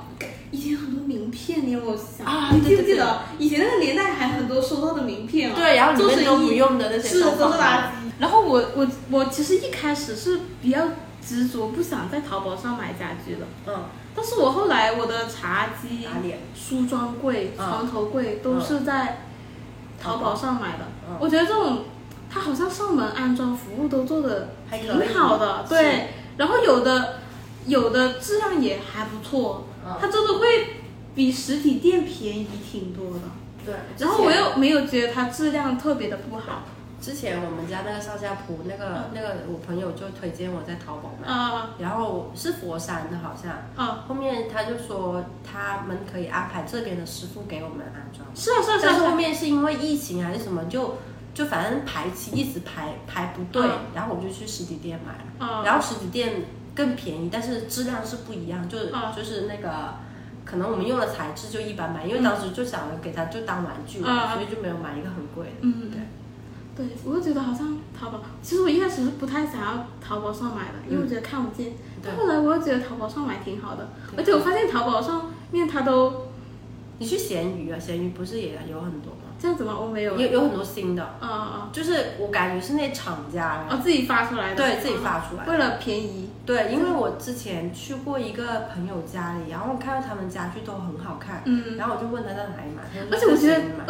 [SPEAKER 2] 以前很多名片，你有没有想
[SPEAKER 1] 啊
[SPEAKER 2] 你记
[SPEAKER 1] 对
[SPEAKER 2] 不
[SPEAKER 1] 对
[SPEAKER 2] 记
[SPEAKER 1] 对
[SPEAKER 2] 得以前那个年代还很多收到的名片啊？
[SPEAKER 1] 对，然后里
[SPEAKER 2] 周
[SPEAKER 1] 面
[SPEAKER 2] 神
[SPEAKER 1] 都不
[SPEAKER 2] 医
[SPEAKER 1] 用的那些
[SPEAKER 2] 是都
[SPEAKER 1] 放
[SPEAKER 2] 是
[SPEAKER 1] 在那
[SPEAKER 2] 垃圾。然后我我我其实一开始是比较执着，不想在淘宝上买家具的。
[SPEAKER 1] 嗯，
[SPEAKER 2] 但是我后来我的茶几、
[SPEAKER 1] 打脸。
[SPEAKER 2] 梳妆柜、
[SPEAKER 1] 嗯
[SPEAKER 2] 床头柜都是在淘宝上买的。
[SPEAKER 1] 嗯
[SPEAKER 2] 我觉得这种，它好像上门安装服务都做的
[SPEAKER 1] 还可以
[SPEAKER 2] 挺好的，
[SPEAKER 1] 是
[SPEAKER 2] 对。然后有的有的质量也还不错，
[SPEAKER 1] 嗯
[SPEAKER 2] 它真的会比实体店便宜挺多的。
[SPEAKER 1] 对，
[SPEAKER 2] 然后我又没有觉得它质量特别的不好，
[SPEAKER 1] 之前我们家那个上下铺，那个那个我朋友就推荐我在淘宝买，
[SPEAKER 2] 啊
[SPEAKER 1] 然后是佛山的好像，
[SPEAKER 2] 啊，
[SPEAKER 1] 后面他就说他们可以安排这边的师傅给我们安装，
[SPEAKER 2] 是啊是啊是啊
[SPEAKER 1] 但是
[SPEAKER 2] 是
[SPEAKER 1] 后
[SPEAKER 2] 啊，
[SPEAKER 1] 面是因为疫情还是什么，就就反正排期一直排排不对
[SPEAKER 2] 嗯，
[SPEAKER 1] 然后我就去实体店买了，
[SPEAKER 2] 啊
[SPEAKER 1] 然后实体店更便宜，但是质量是不一样，就
[SPEAKER 2] 嗯
[SPEAKER 1] 就是那个。可能我们用的材质就一般般，因为
[SPEAKER 2] 嗯
[SPEAKER 1] 当时就想着给它就当玩具
[SPEAKER 2] 嗯
[SPEAKER 1] 了，
[SPEAKER 2] 嗯
[SPEAKER 1] 所以就没有买一个很贵的。
[SPEAKER 2] 嗯，
[SPEAKER 1] 对
[SPEAKER 2] 对，我就觉得好像淘宝，其实我一开始是不太想要淘宝上买的，因为我觉得看不见。
[SPEAKER 1] 嗯对
[SPEAKER 2] 后来我又觉得淘宝上买挺好的，
[SPEAKER 1] 对
[SPEAKER 2] 而且我发现淘宝上面它都
[SPEAKER 1] 你去闲鱼啊，闲鱼不是也有很多吗？
[SPEAKER 2] 这样子吗？我没有
[SPEAKER 1] 有，嗯有很多新的，
[SPEAKER 2] 啊啊
[SPEAKER 1] 就是我感觉是那厂家
[SPEAKER 2] 啊，哦自己发出来的，
[SPEAKER 1] 对自己发出来嗯的。
[SPEAKER 2] 为了便宜，
[SPEAKER 1] 对，因为我之前去过一个朋友家里，然后看到他们家具都很好看，
[SPEAKER 2] 嗯，
[SPEAKER 1] 然后我就问他在哪里买，他就
[SPEAKER 2] 而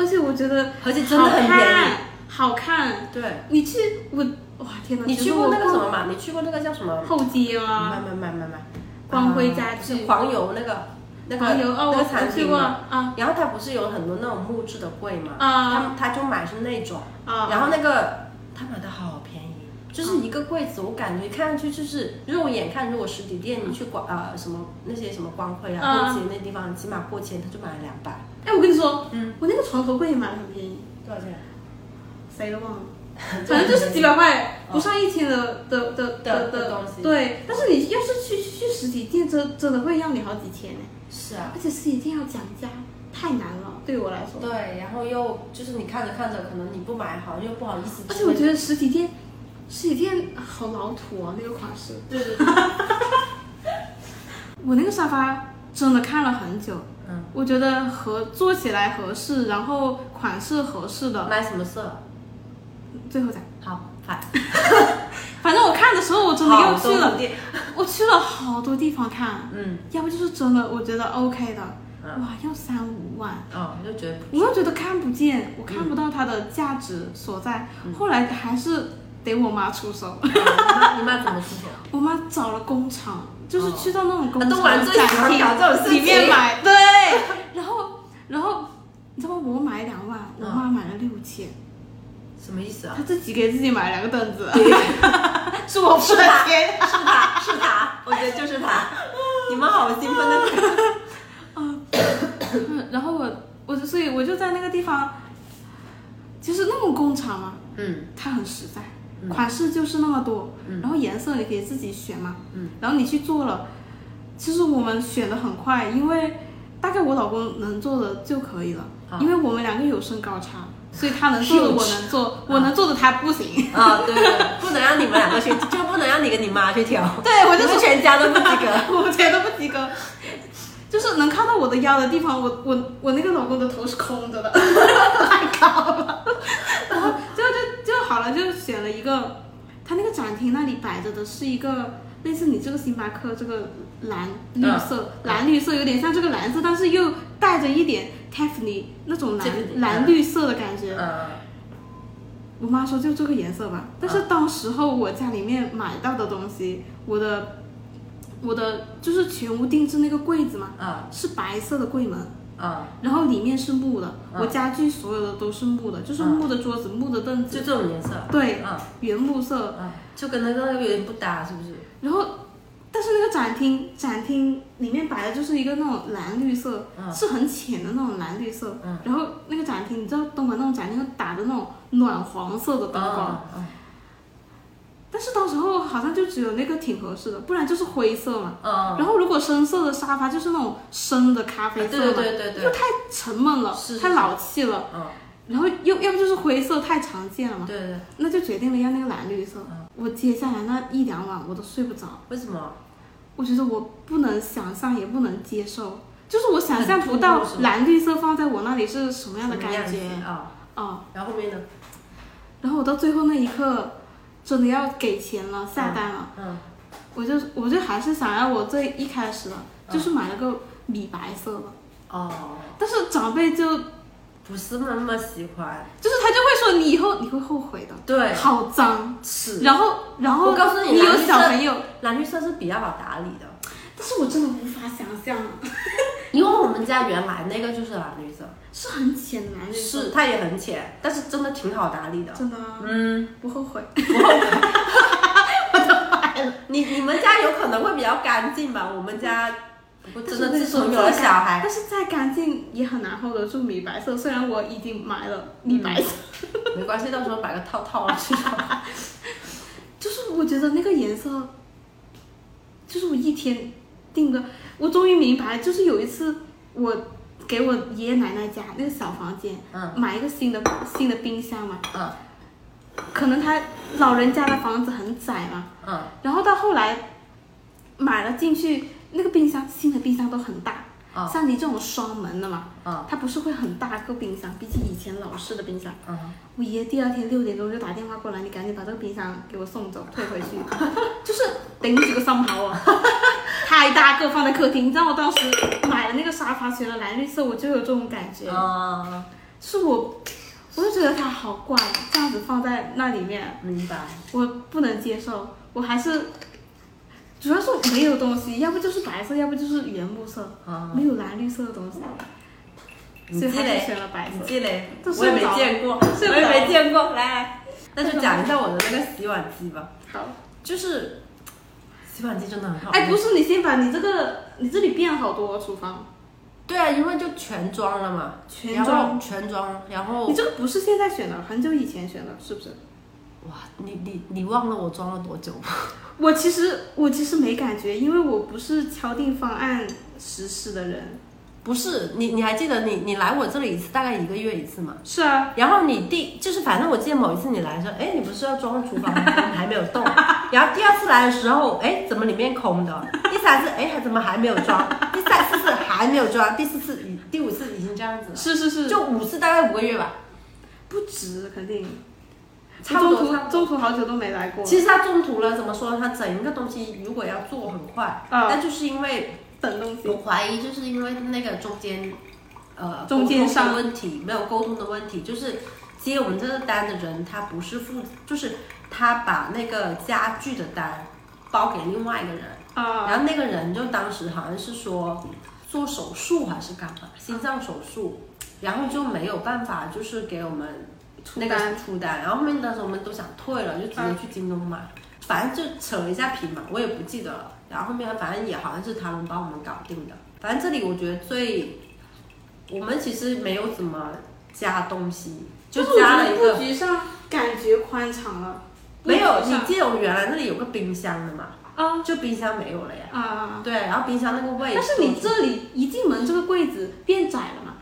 [SPEAKER 2] 且
[SPEAKER 1] 说
[SPEAKER 2] 我觉
[SPEAKER 1] 在闲鱼买，
[SPEAKER 2] 得而且我觉得
[SPEAKER 1] 而且真的很便
[SPEAKER 2] 好
[SPEAKER 1] 宜。
[SPEAKER 2] 看，好看。
[SPEAKER 1] 对，
[SPEAKER 2] 你去我哇天哪，
[SPEAKER 1] 你
[SPEAKER 2] 其
[SPEAKER 1] 去
[SPEAKER 2] 实
[SPEAKER 1] 过
[SPEAKER 2] 我
[SPEAKER 1] 那个什
[SPEAKER 2] 逛
[SPEAKER 1] 么嘛？你去过那个叫什么？
[SPEAKER 2] 后街吗？
[SPEAKER 1] 买买买买买，
[SPEAKER 2] 光辉
[SPEAKER 1] 啊
[SPEAKER 2] 家具
[SPEAKER 1] 是黄油那个那个
[SPEAKER 2] 黄油哦，
[SPEAKER 1] 那
[SPEAKER 2] 我
[SPEAKER 1] 个
[SPEAKER 2] 我
[SPEAKER 1] 餐
[SPEAKER 2] 去
[SPEAKER 1] 厅
[SPEAKER 2] 过
[SPEAKER 1] 嘛。
[SPEAKER 2] 啊
[SPEAKER 1] 然后他不是有很多那种木质的柜嘛，
[SPEAKER 2] 啊
[SPEAKER 1] 他他就买是那种。
[SPEAKER 2] 啊，
[SPEAKER 1] 然后那个他买的好便宜，就是一个柜子，我感觉看上去就是肉眼看，如果实体店你去广啊、什么那些什么光辉啊、过
[SPEAKER 2] 嗯
[SPEAKER 1] 街那地方，起码过千他就买了两百，
[SPEAKER 2] 哎，我跟你说，
[SPEAKER 1] 嗯，
[SPEAKER 2] 我那个床头柜也买的很便宜。
[SPEAKER 1] 多少钱？
[SPEAKER 2] 谁都忘了，反正就是几百块，
[SPEAKER 1] 嗯
[SPEAKER 2] 不上一千的的的
[SPEAKER 1] 的
[SPEAKER 2] 的
[SPEAKER 1] 的东西
[SPEAKER 2] 对，但是你要是去去实体店，真真的会要你好几千呢。
[SPEAKER 1] 是啊，
[SPEAKER 2] 而且实体店要讲价，太难了，对我来说。
[SPEAKER 1] 对，然后又就是你看着看着，可能你不买好像又不好意思，
[SPEAKER 2] 而且我觉得实体店，实体店好老土哦，那个款式。
[SPEAKER 1] 对对对，
[SPEAKER 2] 我那个沙发真的看了很久，
[SPEAKER 1] 嗯，
[SPEAKER 2] 我觉得合坐起来合适，然后款式合适的，
[SPEAKER 1] 买什么色？
[SPEAKER 2] 最后讲。
[SPEAKER 1] 好，反
[SPEAKER 2] 反正我看的时候，我真的又去了，
[SPEAKER 1] 店，
[SPEAKER 2] 我去了好多地方看，
[SPEAKER 1] 嗯，
[SPEAKER 2] 要不就是真的我觉得 OK 的，
[SPEAKER 1] 嗯
[SPEAKER 2] 哇，要三五万，
[SPEAKER 1] 哦，就觉得
[SPEAKER 2] 我又觉得看不见，我看不到它的价值所在，
[SPEAKER 1] 嗯
[SPEAKER 2] 后来还是得我妈出手，
[SPEAKER 1] 哦你妈你妈怎么出手？
[SPEAKER 2] 我妈找了工厂，就是去到那种工
[SPEAKER 1] 啊
[SPEAKER 2] 厂
[SPEAKER 1] 东莞最喜欢搞这种事情
[SPEAKER 2] 里面买，对，然后然后你知道吗？我买两万，我
[SPEAKER 1] 嗯
[SPEAKER 2] 妈买了六千，
[SPEAKER 1] 什么意思啊？
[SPEAKER 2] 她自己给自己买了两个凳子，是我付的钱。
[SPEAKER 1] 是他，是他，我觉得就是他。你们好兴奋的，
[SPEAKER 2] 嗯 然后我我就所以我就在那个地方，其实那种工厂嘛，
[SPEAKER 1] 嗯，
[SPEAKER 2] 它很实在，
[SPEAKER 1] 嗯
[SPEAKER 2] 款式就是那么多，
[SPEAKER 1] 嗯
[SPEAKER 2] 然后颜色你可以自己选嘛，
[SPEAKER 1] 嗯，
[SPEAKER 2] 然后你去做了，其实我们选的很快，因为大概我老公能做的就可以了，
[SPEAKER 1] 啊
[SPEAKER 2] 因为我们两个有身高差，所以他能做的
[SPEAKER 1] Huge
[SPEAKER 2] 我能做，我能做的他不行。
[SPEAKER 1] 啊、对对，不能让你们两个去，就不能让你跟你妈去挑，
[SPEAKER 2] 对，我
[SPEAKER 1] 我
[SPEAKER 2] 就
[SPEAKER 1] 们
[SPEAKER 2] 说
[SPEAKER 1] 全家都不及格。
[SPEAKER 2] 我们全都不及格，就是能看到我的腰的地方，我我我那个老公的头是空着的， 太高了，然后就就就好了，就选了一个，他那个展厅那里摆着的是一个类似你这个星巴克这个蓝绿
[SPEAKER 1] 嗯
[SPEAKER 2] 色、蓝绿色有点像这个蓝色，但是又带着一点 Tiffany 那种蓝、
[SPEAKER 1] 这个
[SPEAKER 2] 蓝绿色的感觉。
[SPEAKER 1] 嗯，
[SPEAKER 2] 我妈说就这个颜色吧，但是当时候我家里面买到的东西，我的我的就是全屋定制那个柜子嘛，
[SPEAKER 1] 嗯，
[SPEAKER 2] 是白色的柜门，
[SPEAKER 1] 嗯，
[SPEAKER 2] 然后里面是木的，
[SPEAKER 1] 嗯
[SPEAKER 2] 我家具所有的都是木的，就是
[SPEAKER 1] 嗯
[SPEAKER 2] 木的桌子、木的凳
[SPEAKER 1] 就
[SPEAKER 2] 子，
[SPEAKER 1] 这种颜色。
[SPEAKER 2] 对，
[SPEAKER 1] 嗯
[SPEAKER 2] 原木色。
[SPEAKER 1] 嗯，就跟那个有点不搭，是不是？
[SPEAKER 2] 然后，但是那个展厅展厅里面摆的就是一个那种蓝绿色，
[SPEAKER 1] 嗯
[SPEAKER 2] 是很浅的那种蓝绿色。
[SPEAKER 1] 嗯
[SPEAKER 2] 然后那个展厅，你知道东莞那种展厅打的那种暖黄色的灯光。
[SPEAKER 1] 嗯
[SPEAKER 2] 但是到时候好像就只有那个挺合适的，不然就是灰色嘛。
[SPEAKER 1] 嗯，
[SPEAKER 2] 然后如果深色的沙发就是那种深的咖啡
[SPEAKER 1] 对
[SPEAKER 2] 色嘛，
[SPEAKER 1] 啊对对对
[SPEAKER 2] 又太沉闷了，
[SPEAKER 1] 是是
[SPEAKER 2] 太老气了。
[SPEAKER 1] 嗯
[SPEAKER 2] 然后又要不就是灰色太常见了嘛，
[SPEAKER 1] 对对，
[SPEAKER 2] 那就决定了要那个蓝绿色。
[SPEAKER 1] 嗯
[SPEAKER 2] 我接下来那一两晚我都睡不着，
[SPEAKER 1] 为什么？
[SPEAKER 2] 我觉得我不能想象，也不能接受，就是我想象不
[SPEAKER 1] 很
[SPEAKER 2] 到
[SPEAKER 1] 突兀是吧
[SPEAKER 2] 蓝绿色放在我那里是什么
[SPEAKER 1] 什
[SPEAKER 2] 样的感觉
[SPEAKER 1] 啊？
[SPEAKER 2] 哦。
[SPEAKER 1] 然后后面呢？
[SPEAKER 2] 然后我到最后那一刻，真的要给钱了，下单了。
[SPEAKER 1] 嗯
[SPEAKER 2] 我就我就还是想要我最一开始的，就是买了个米白色的，
[SPEAKER 1] 哦，
[SPEAKER 2] 但是长辈就
[SPEAKER 1] 不是那么喜欢，
[SPEAKER 2] 就是他就会说你以后你会后悔的，
[SPEAKER 1] 对，
[SPEAKER 2] 好脏。
[SPEAKER 1] 是
[SPEAKER 2] 然后然后
[SPEAKER 1] 我告诉你
[SPEAKER 2] 你
[SPEAKER 1] 蓝
[SPEAKER 2] 有
[SPEAKER 1] 绿色
[SPEAKER 2] 小朋友，
[SPEAKER 1] 蓝绿色是比较好打理的，
[SPEAKER 2] 但是我真的无法想象，
[SPEAKER 1] 因为我们家原来那个就是蓝绿色，
[SPEAKER 2] 是很浅的蓝绿色，
[SPEAKER 1] 是它也很浅，但是真的挺好打理的。
[SPEAKER 2] 真的啊
[SPEAKER 1] 嗯，
[SPEAKER 2] 不后悔。
[SPEAKER 1] 嗯你你们家有可能会比较干净吧？我们家不真的
[SPEAKER 2] 但是
[SPEAKER 1] 自从
[SPEAKER 2] 那
[SPEAKER 1] 有了小孩，
[SPEAKER 2] 但是再干净也很难 hold 得住米白色，虽然我已经买了米
[SPEAKER 1] 嗯
[SPEAKER 2] 白色。
[SPEAKER 1] 没关系，到时候买个套套啊了去。
[SPEAKER 2] 就是我觉得那个颜色，就是我一天定个，我终于明白，就是有一次我给我爷爷奶奶家那个小房间，
[SPEAKER 1] 嗯
[SPEAKER 2] 买一个新的新的冰箱嘛，
[SPEAKER 1] 嗯
[SPEAKER 2] 可能他老人家的房子很窄嘛，
[SPEAKER 1] 嗯
[SPEAKER 2] 然后到后来买了进去，那个冰箱新的冰箱都很大，
[SPEAKER 1] 嗯
[SPEAKER 2] 像你这种双门的嘛，
[SPEAKER 1] 嗯
[SPEAKER 2] 它不是会很大个冰箱，比起以前老式的冰箱。
[SPEAKER 1] 嗯，
[SPEAKER 2] 我爷第二天六点钟就打电话过来，你赶紧把这个冰箱给我送走，退回去。 就是顶几个上好啊， 太大个放在客厅。你知道我当时买了那个沙发，选了蓝绿色，我就有这种感觉，
[SPEAKER 1] 哦，
[SPEAKER 2] 是我，我就觉得它好怪，这样子放在那里面，
[SPEAKER 1] 明白。
[SPEAKER 2] 我不能接受。我还是，主要是没有东西，要不就是白色，要不就是原木色，
[SPEAKER 1] 啊，
[SPEAKER 2] 没有蓝绿色的东西，
[SPEAKER 1] 你
[SPEAKER 2] 所以
[SPEAKER 1] 积
[SPEAKER 2] 还是
[SPEAKER 1] 累，
[SPEAKER 2] 选了白
[SPEAKER 1] 你
[SPEAKER 2] 色。
[SPEAKER 1] 积累，
[SPEAKER 2] 都
[SPEAKER 1] 我也
[SPEAKER 2] 睡不
[SPEAKER 1] 没
[SPEAKER 2] 着
[SPEAKER 1] 见过，
[SPEAKER 2] 睡不
[SPEAKER 1] 我也
[SPEAKER 2] 着
[SPEAKER 1] 没见过。来，那就讲一下我的那个洗碗机吧，
[SPEAKER 2] 好。
[SPEAKER 1] 就是洗碗机真的很嗯好。
[SPEAKER 2] 哎，不是，你先把你这个，你这里变好多厨房，
[SPEAKER 1] 对啊，因为就全装了嘛，
[SPEAKER 2] 全装。
[SPEAKER 1] 然后全装，然后
[SPEAKER 2] 你这个不是现在选的，很久以前选的，是不是？
[SPEAKER 1] 哇，你你你忘了我装了多久吗？
[SPEAKER 2] 我其实我其实没感觉，因为我不是敲定方案实施的人。
[SPEAKER 1] 不是你，你还记得你你来我这里一次，大概一个月一次嘛？
[SPEAKER 2] 是啊，
[SPEAKER 1] 然后你第就是反正我记得某一次你来的时候，哎，你不是要装厨房吗？ 怎么还没有动？然后第二次来的时候，哎，怎么里面空的？第三次，哎，还怎么还没有装？第三次是还没有装，第四次已第五
[SPEAKER 2] 嗯
[SPEAKER 1] 次已经这样子了，
[SPEAKER 2] 是是是，
[SPEAKER 1] 就五次大概五个月吧。
[SPEAKER 2] 不止肯定。
[SPEAKER 1] 差不多
[SPEAKER 2] 中途
[SPEAKER 1] 差不多
[SPEAKER 2] 中途好久都没来过了，
[SPEAKER 1] 其实它中途了，怎么说呢？它整一个东西如果要做很快，
[SPEAKER 2] 嗯
[SPEAKER 1] 但就是因为
[SPEAKER 2] 等东西
[SPEAKER 1] 我怀疑，就是因为那个中间呃
[SPEAKER 2] 中间商
[SPEAKER 1] 沟通的问题，没有沟通的问题，就是接我们这个单的人，他不是负，就是他把那个家具的单包给另外一个人，
[SPEAKER 2] 啊，
[SPEAKER 1] 然后那个人就当时好像是说做手术还是干嘛，心脏手术，然后就没有办法，就是给我们
[SPEAKER 2] 出
[SPEAKER 1] 那个
[SPEAKER 2] 单
[SPEAKER 1] 出单，然后后面当时我们都想退了，就直接去京东买，反正就扯了一下皮嘛，我也不记得了。然后后面反正也好像是他们帮我们搞定的。反正这里我觉得最，我们其实没有怎么加东西，就
[SPEAKER 2] 但是我
[SPEAKER 1] 加了
[SPEAKER 2] 觉得
[SPEAKER 1] 一个
[SPEAKER 2] 布局上感觉宽敞了，
[SPEAKER 1] 没有。
[SPEAKER 2] 布局
[SPEAKER 1] 你
[SPEAKER 2] 上
[SPEAKER 1] 记得我们原来那里有个冰箱的嘛，
[SPEAKER 2] 啊
[SPEAKER 1] 就冰箱没有了呀。
[SPEAKER 2] 啊，
[SPEAKER 1] 对，然后冰箱那个位置，
[SPEAKER 2] 但是你这里一进门这个柜子变窄了嘛，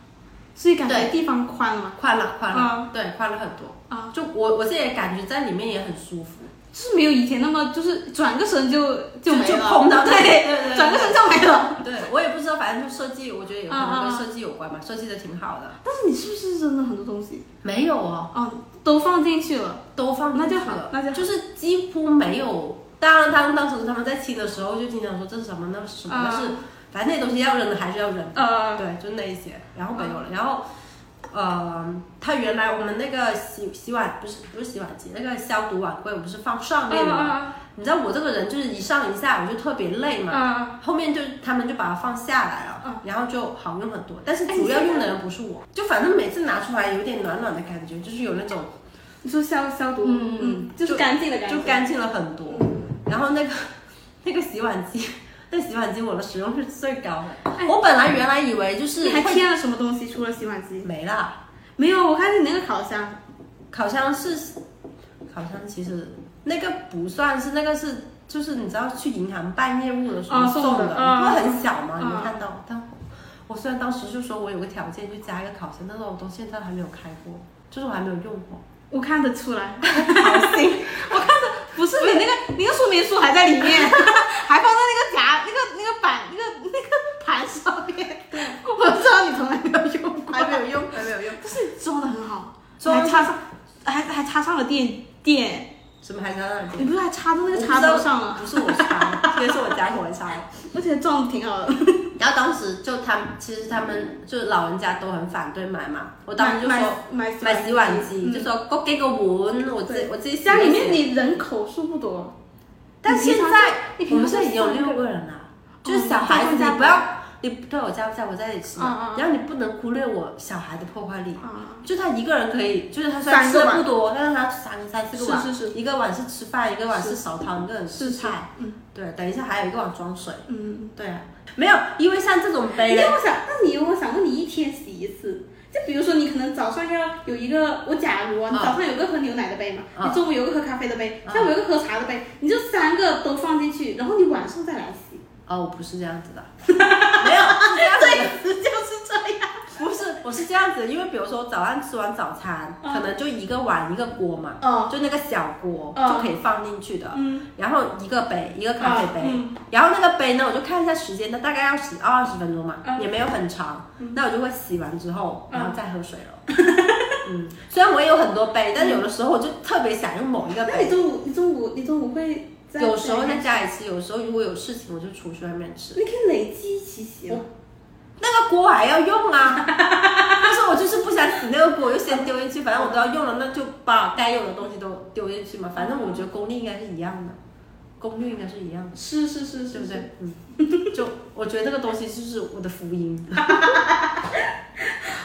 [SPEAKER 2] 所以感觉
[SPEAKER 1] 对
[SPEAKER 2] 地方宽了嘛，
[SPEAKER 1] 宽了宽了，
[SPEAKER 2] 啊
[SPEAKER 1] 对，宽了很多。
[SPEAKER 2] 啊，
[SPEAKER 1] 就我我自己也感觉在里面也很舒服，
[SPEAKER 2] 就是没有以前那么就是转个身就就没
[SPEAKER 1] 就
[SPEAKER 2] 了，
[SPEAKER 1] 碰到那里
[SPEAKER 2] 对，
[SPEAKER 1] 对对
[SPEAKER 2] 转个身就没了。
[SPEAKER 1] 对我也不知道，反正就设计，我觉得有可
[SPEAKER 2] 啊
[SPEAKER 1] 能
[SPEAKER 2] 啊
[SPEAKER 1] 跟
[SPEAKER 2] 啊
[SPEAKER 1] 设计有关吧，设计的挺好的。
[SPEAKER 2] 但是你是不是真的很多东西
[SPEAKER 1] 没有哦，
[SPEAKER 2] 哦都放进去了？
[SPEAKER 1] 都放
[SPEAKER 2] 那就
[SPEAKER 1] 进去
[SPEAKER 2] 好
[SPEAKER 1] 了
[SPEAKER 2] 那就好
[SPEAKER 1] 就是几乎没有。当然，他们当时他们在清的时候就经常说这是什么，那是什么，
[SPEAKER 2] 啊
[SPEAKER 1] 但是反正那些东西要扔的还是要扔。
[SPEAKER 2] 呃，
[SPEAKER 1] 对，就那一些，然后没有了。然后，呃，他原来我们那个洗洗碗不是不是洗碗机，那个消毒碗柜，我不是放上面的吗？
[SPEAKER 2] 啊
[SPEAKER 1] 你知道我这个人就是一上一下，我就特别累
[SPEAKER 2] 啊
[SPEAKER 1] 嘛。
[SPEAKER 2] 啊！
[SPEAKER 1] 后面就他们就把它放下来了，
[SPEAKER 2] 嗯
[SPEAKER 1] 然后就好用很多。但是
[SPEAKER 2] 哎
[SPEAKER 1] 主要
[SPEAKER 2] 你
[SPEAKER 1] 用的人不是我，就反正每次拿出来有点暖暖的感觉，就是有那种
[SPEAKER 2] 你说消消毒，
[SPEAKER 1] 嗯
[SPEAKER 2] 就是
[SPEAKER 1] 就
[SPEAKER 2] 干净的感觉，嗯
[SPEAKER 1] 就干净了很多。然后那个 那个洗碗机， 那洗碗机我的使用是最高的。
[SPEAKER 2] 哎
[SPEAKER 1] 我本来原来以为就是
[SPEAKER 2] 你还
[SPEAKER 1] 会
[SPEAKER 2] 贴了什么东西？除了洗碗机，
[SPEAKER 1] 没了，
[SPEAKER 2] 没有。我看你那个烤箱，
[SPEAKER 1] 烤箱是烤箱，其实那个不算是那个是就是你知道去银行办业务的时候
[SPEAKER 2] 啊送的
[SPEAKER 1] 送的，
[SPEAKER 2] 啊
[SPEAKER 1] 不过很小嘛，
[SPEAKER 2] 啊
[SPEAKER 1] 你没看到，但我虽然当时就说我有个条件就加一个烤箱，但是我到现在还没有开过，就是我还没有用 过。
[SPEAKER 2] 我看得出 来，
[SPEAKER 1] 好心，
[SPEAKER 2] 不是你那个你那个说明书还在里 面，还放在那个夹那个那个板那个那个盘上面。我知道你从来没有用过，
[SPEAKER 1] 还没有用，还没有用。
[SPEAKER 2] 但是你装的很好，
[SPEAKER 1] 装
[SPEAKER 2] 还插上，还还插上了电电，
[SPEAKER 1] 什么还在那里？
[SPEAKER 2] 你不是还插到那
[SPEAKER 1] 我
[SPEAKER 2] 个
[SPEAKER 1] 不知
[SPEAKER 2] 插
[SPEAKER 1] 道
[SPEAKER 2] 头上了，
[SPEAKER 1] 不是我插 的，也是我家伙插的。
[SPEAKER 2] 而且装的挺好的。
[SPEAKER 1] 然后当时就他们，其实他们就老人家都很反对买嘛，我当时就
[SPEAKER 2] 买
[SPEAKER 1] 说
[SPEAKER 2] 买
[SPEAKER 1] 买洗碗机，
[SPEAKER 2] 嗯
[SPEAKER 1] 就说我给个碗，我自己
[SPEAKER 2] 对
[SPEAKER 1] 我自己洗
[SPEAKER 2] 家
[SPEAKER 1] 就
[SPEAKER 2] 里
[SPEAKER 1] 行
[SPEAKER 2] 面你人口数不多，
[SPEAKER 1] 但现在
[SPEAKER 2] 你
[SPEAKER 1] 我
[SPEAKER 2] 平
[SPEAKER 1] 们
[SPEAKER 2] 常
[SPEAKER 1] 现在已经有六个
[SPEAKER 2] 个，
[SPEAKER 1] 人了，
[SPEAKER 2] 哦
[SPEAKER 1] 就是小孩子，
[SPEAKER 2] 你在
[SPEAKER 1] 你不要，你对我家在我在一起嘛
[SPEAKER 2] 嗯嗯，嗯
[SPEAKER 1] 然后你不能忽略我小孩的破坏力。
[SPEAKER 2] 啊，
[SPEAKER 1] 就他一个人可以，就是他虽然
[SPEAKER 2] 三
[SPEAKER 1] 吃
[SPEAKER 2] 个
[SPEAKER 1] 的
[SPEAKER 2] 碗
[SPEAKER 1] 不多，但是他三三四个碗，
[SPEAKER 2] 是是
[SPEAKER 1] 一个碗是吃饭，一个碗是烧汤，一个碗
[SPEAKER 2] 是
[SPEAKER 1] 是菜，，
[SPEAKER 2] 嗯
[SPEAKER 1] 对，等一下还有一个碗装水，
[SPEAKER 2] 嗯。
[SPEAKER 1] 对啊，没有，因为像这种杯
[SPEAKER 2] 因为
[SPEAKER 1] 嘞，
[SPEAKER 2] 我想，那你我想问你，一天洗一次？就比如说，你可能早上要有一个，我假如啊，你
[SPEAKER 1] 啊
[SPEAKER 2] 早上有一个喝牛奶的杯嘛，
[SPEAKER 1] 啊
[SPEAKER 2] 你中午有一个喝咖啡的杯，
[SPEAKER 1] 啊
[SPEAKER 2] 下午有一个喝茶的杯，你就三个都放进去，然后你晚上再来洗。
[SPEAKER 1] 哦，我不是这样子的，没有，是这样子的。
[SPEAKER 2] 就是这样。
[SPEAKER 1] 不是，我是这样子的，因为比如说早上吃完早餐，
[SPEAKER 2] 嗯
[SPEAKER 1] 可能就一个碗一个锅嘛，
[SPEAKER 2] 哦，
[SPEAKER 1] 就那个小锅、
[SPEAKER 2] 嗯
[SPEAKER 1] 就可以放进去的，
[SPEAKER 2] 嗯，
[SPEAKER 1] 然后一个杯一个咖啡杯，
[SPEAKER 2] 嗯
[SPEAKER 1] 然后那个杯呢，我就看一下时间，它大概要十二十分钟嘛，
[SPEAKER 2] 嗯
[SPEAKER 1] 也没有很长，
[SPEAKER 2] 嗯
[SPEAKER 1] 那我就会洗完之后，
[SPEAKER 2] 嗯
[SPEAKER 1] 然后再喝水了。 嗯，虽然我也有很多杯，但是有的时候我就特别想用某一个
[SPEAKER 2] 那你
[SPEAKER 1] 杯。
[SPEAKER 2] 中午，你中午，你中午会在
[SPEAKER 1] 有时候在家里吃，有时候如果有事情我就出去外面吃。
[SPEAKER 2] 你可以累积一哦起洗嘛。
[SPEAKER 1] 那个锅还要用啊， 但是我就是不想洗那个锅，我就先丢进去，反正我都要用了，那就把该用的东西都丢进去嘛。反正我觉得功率应该是一样的，功率应该是一样的，
[SPEAKER 2] 是是是
[SPEAKER 1] 对
[SPEAKER 2] 是
[SPEAKER 1] 不
[SPEAKER 2] 是。
[SPEAKER 1] 对？嗯，就我觉得这个东西就是我的福音。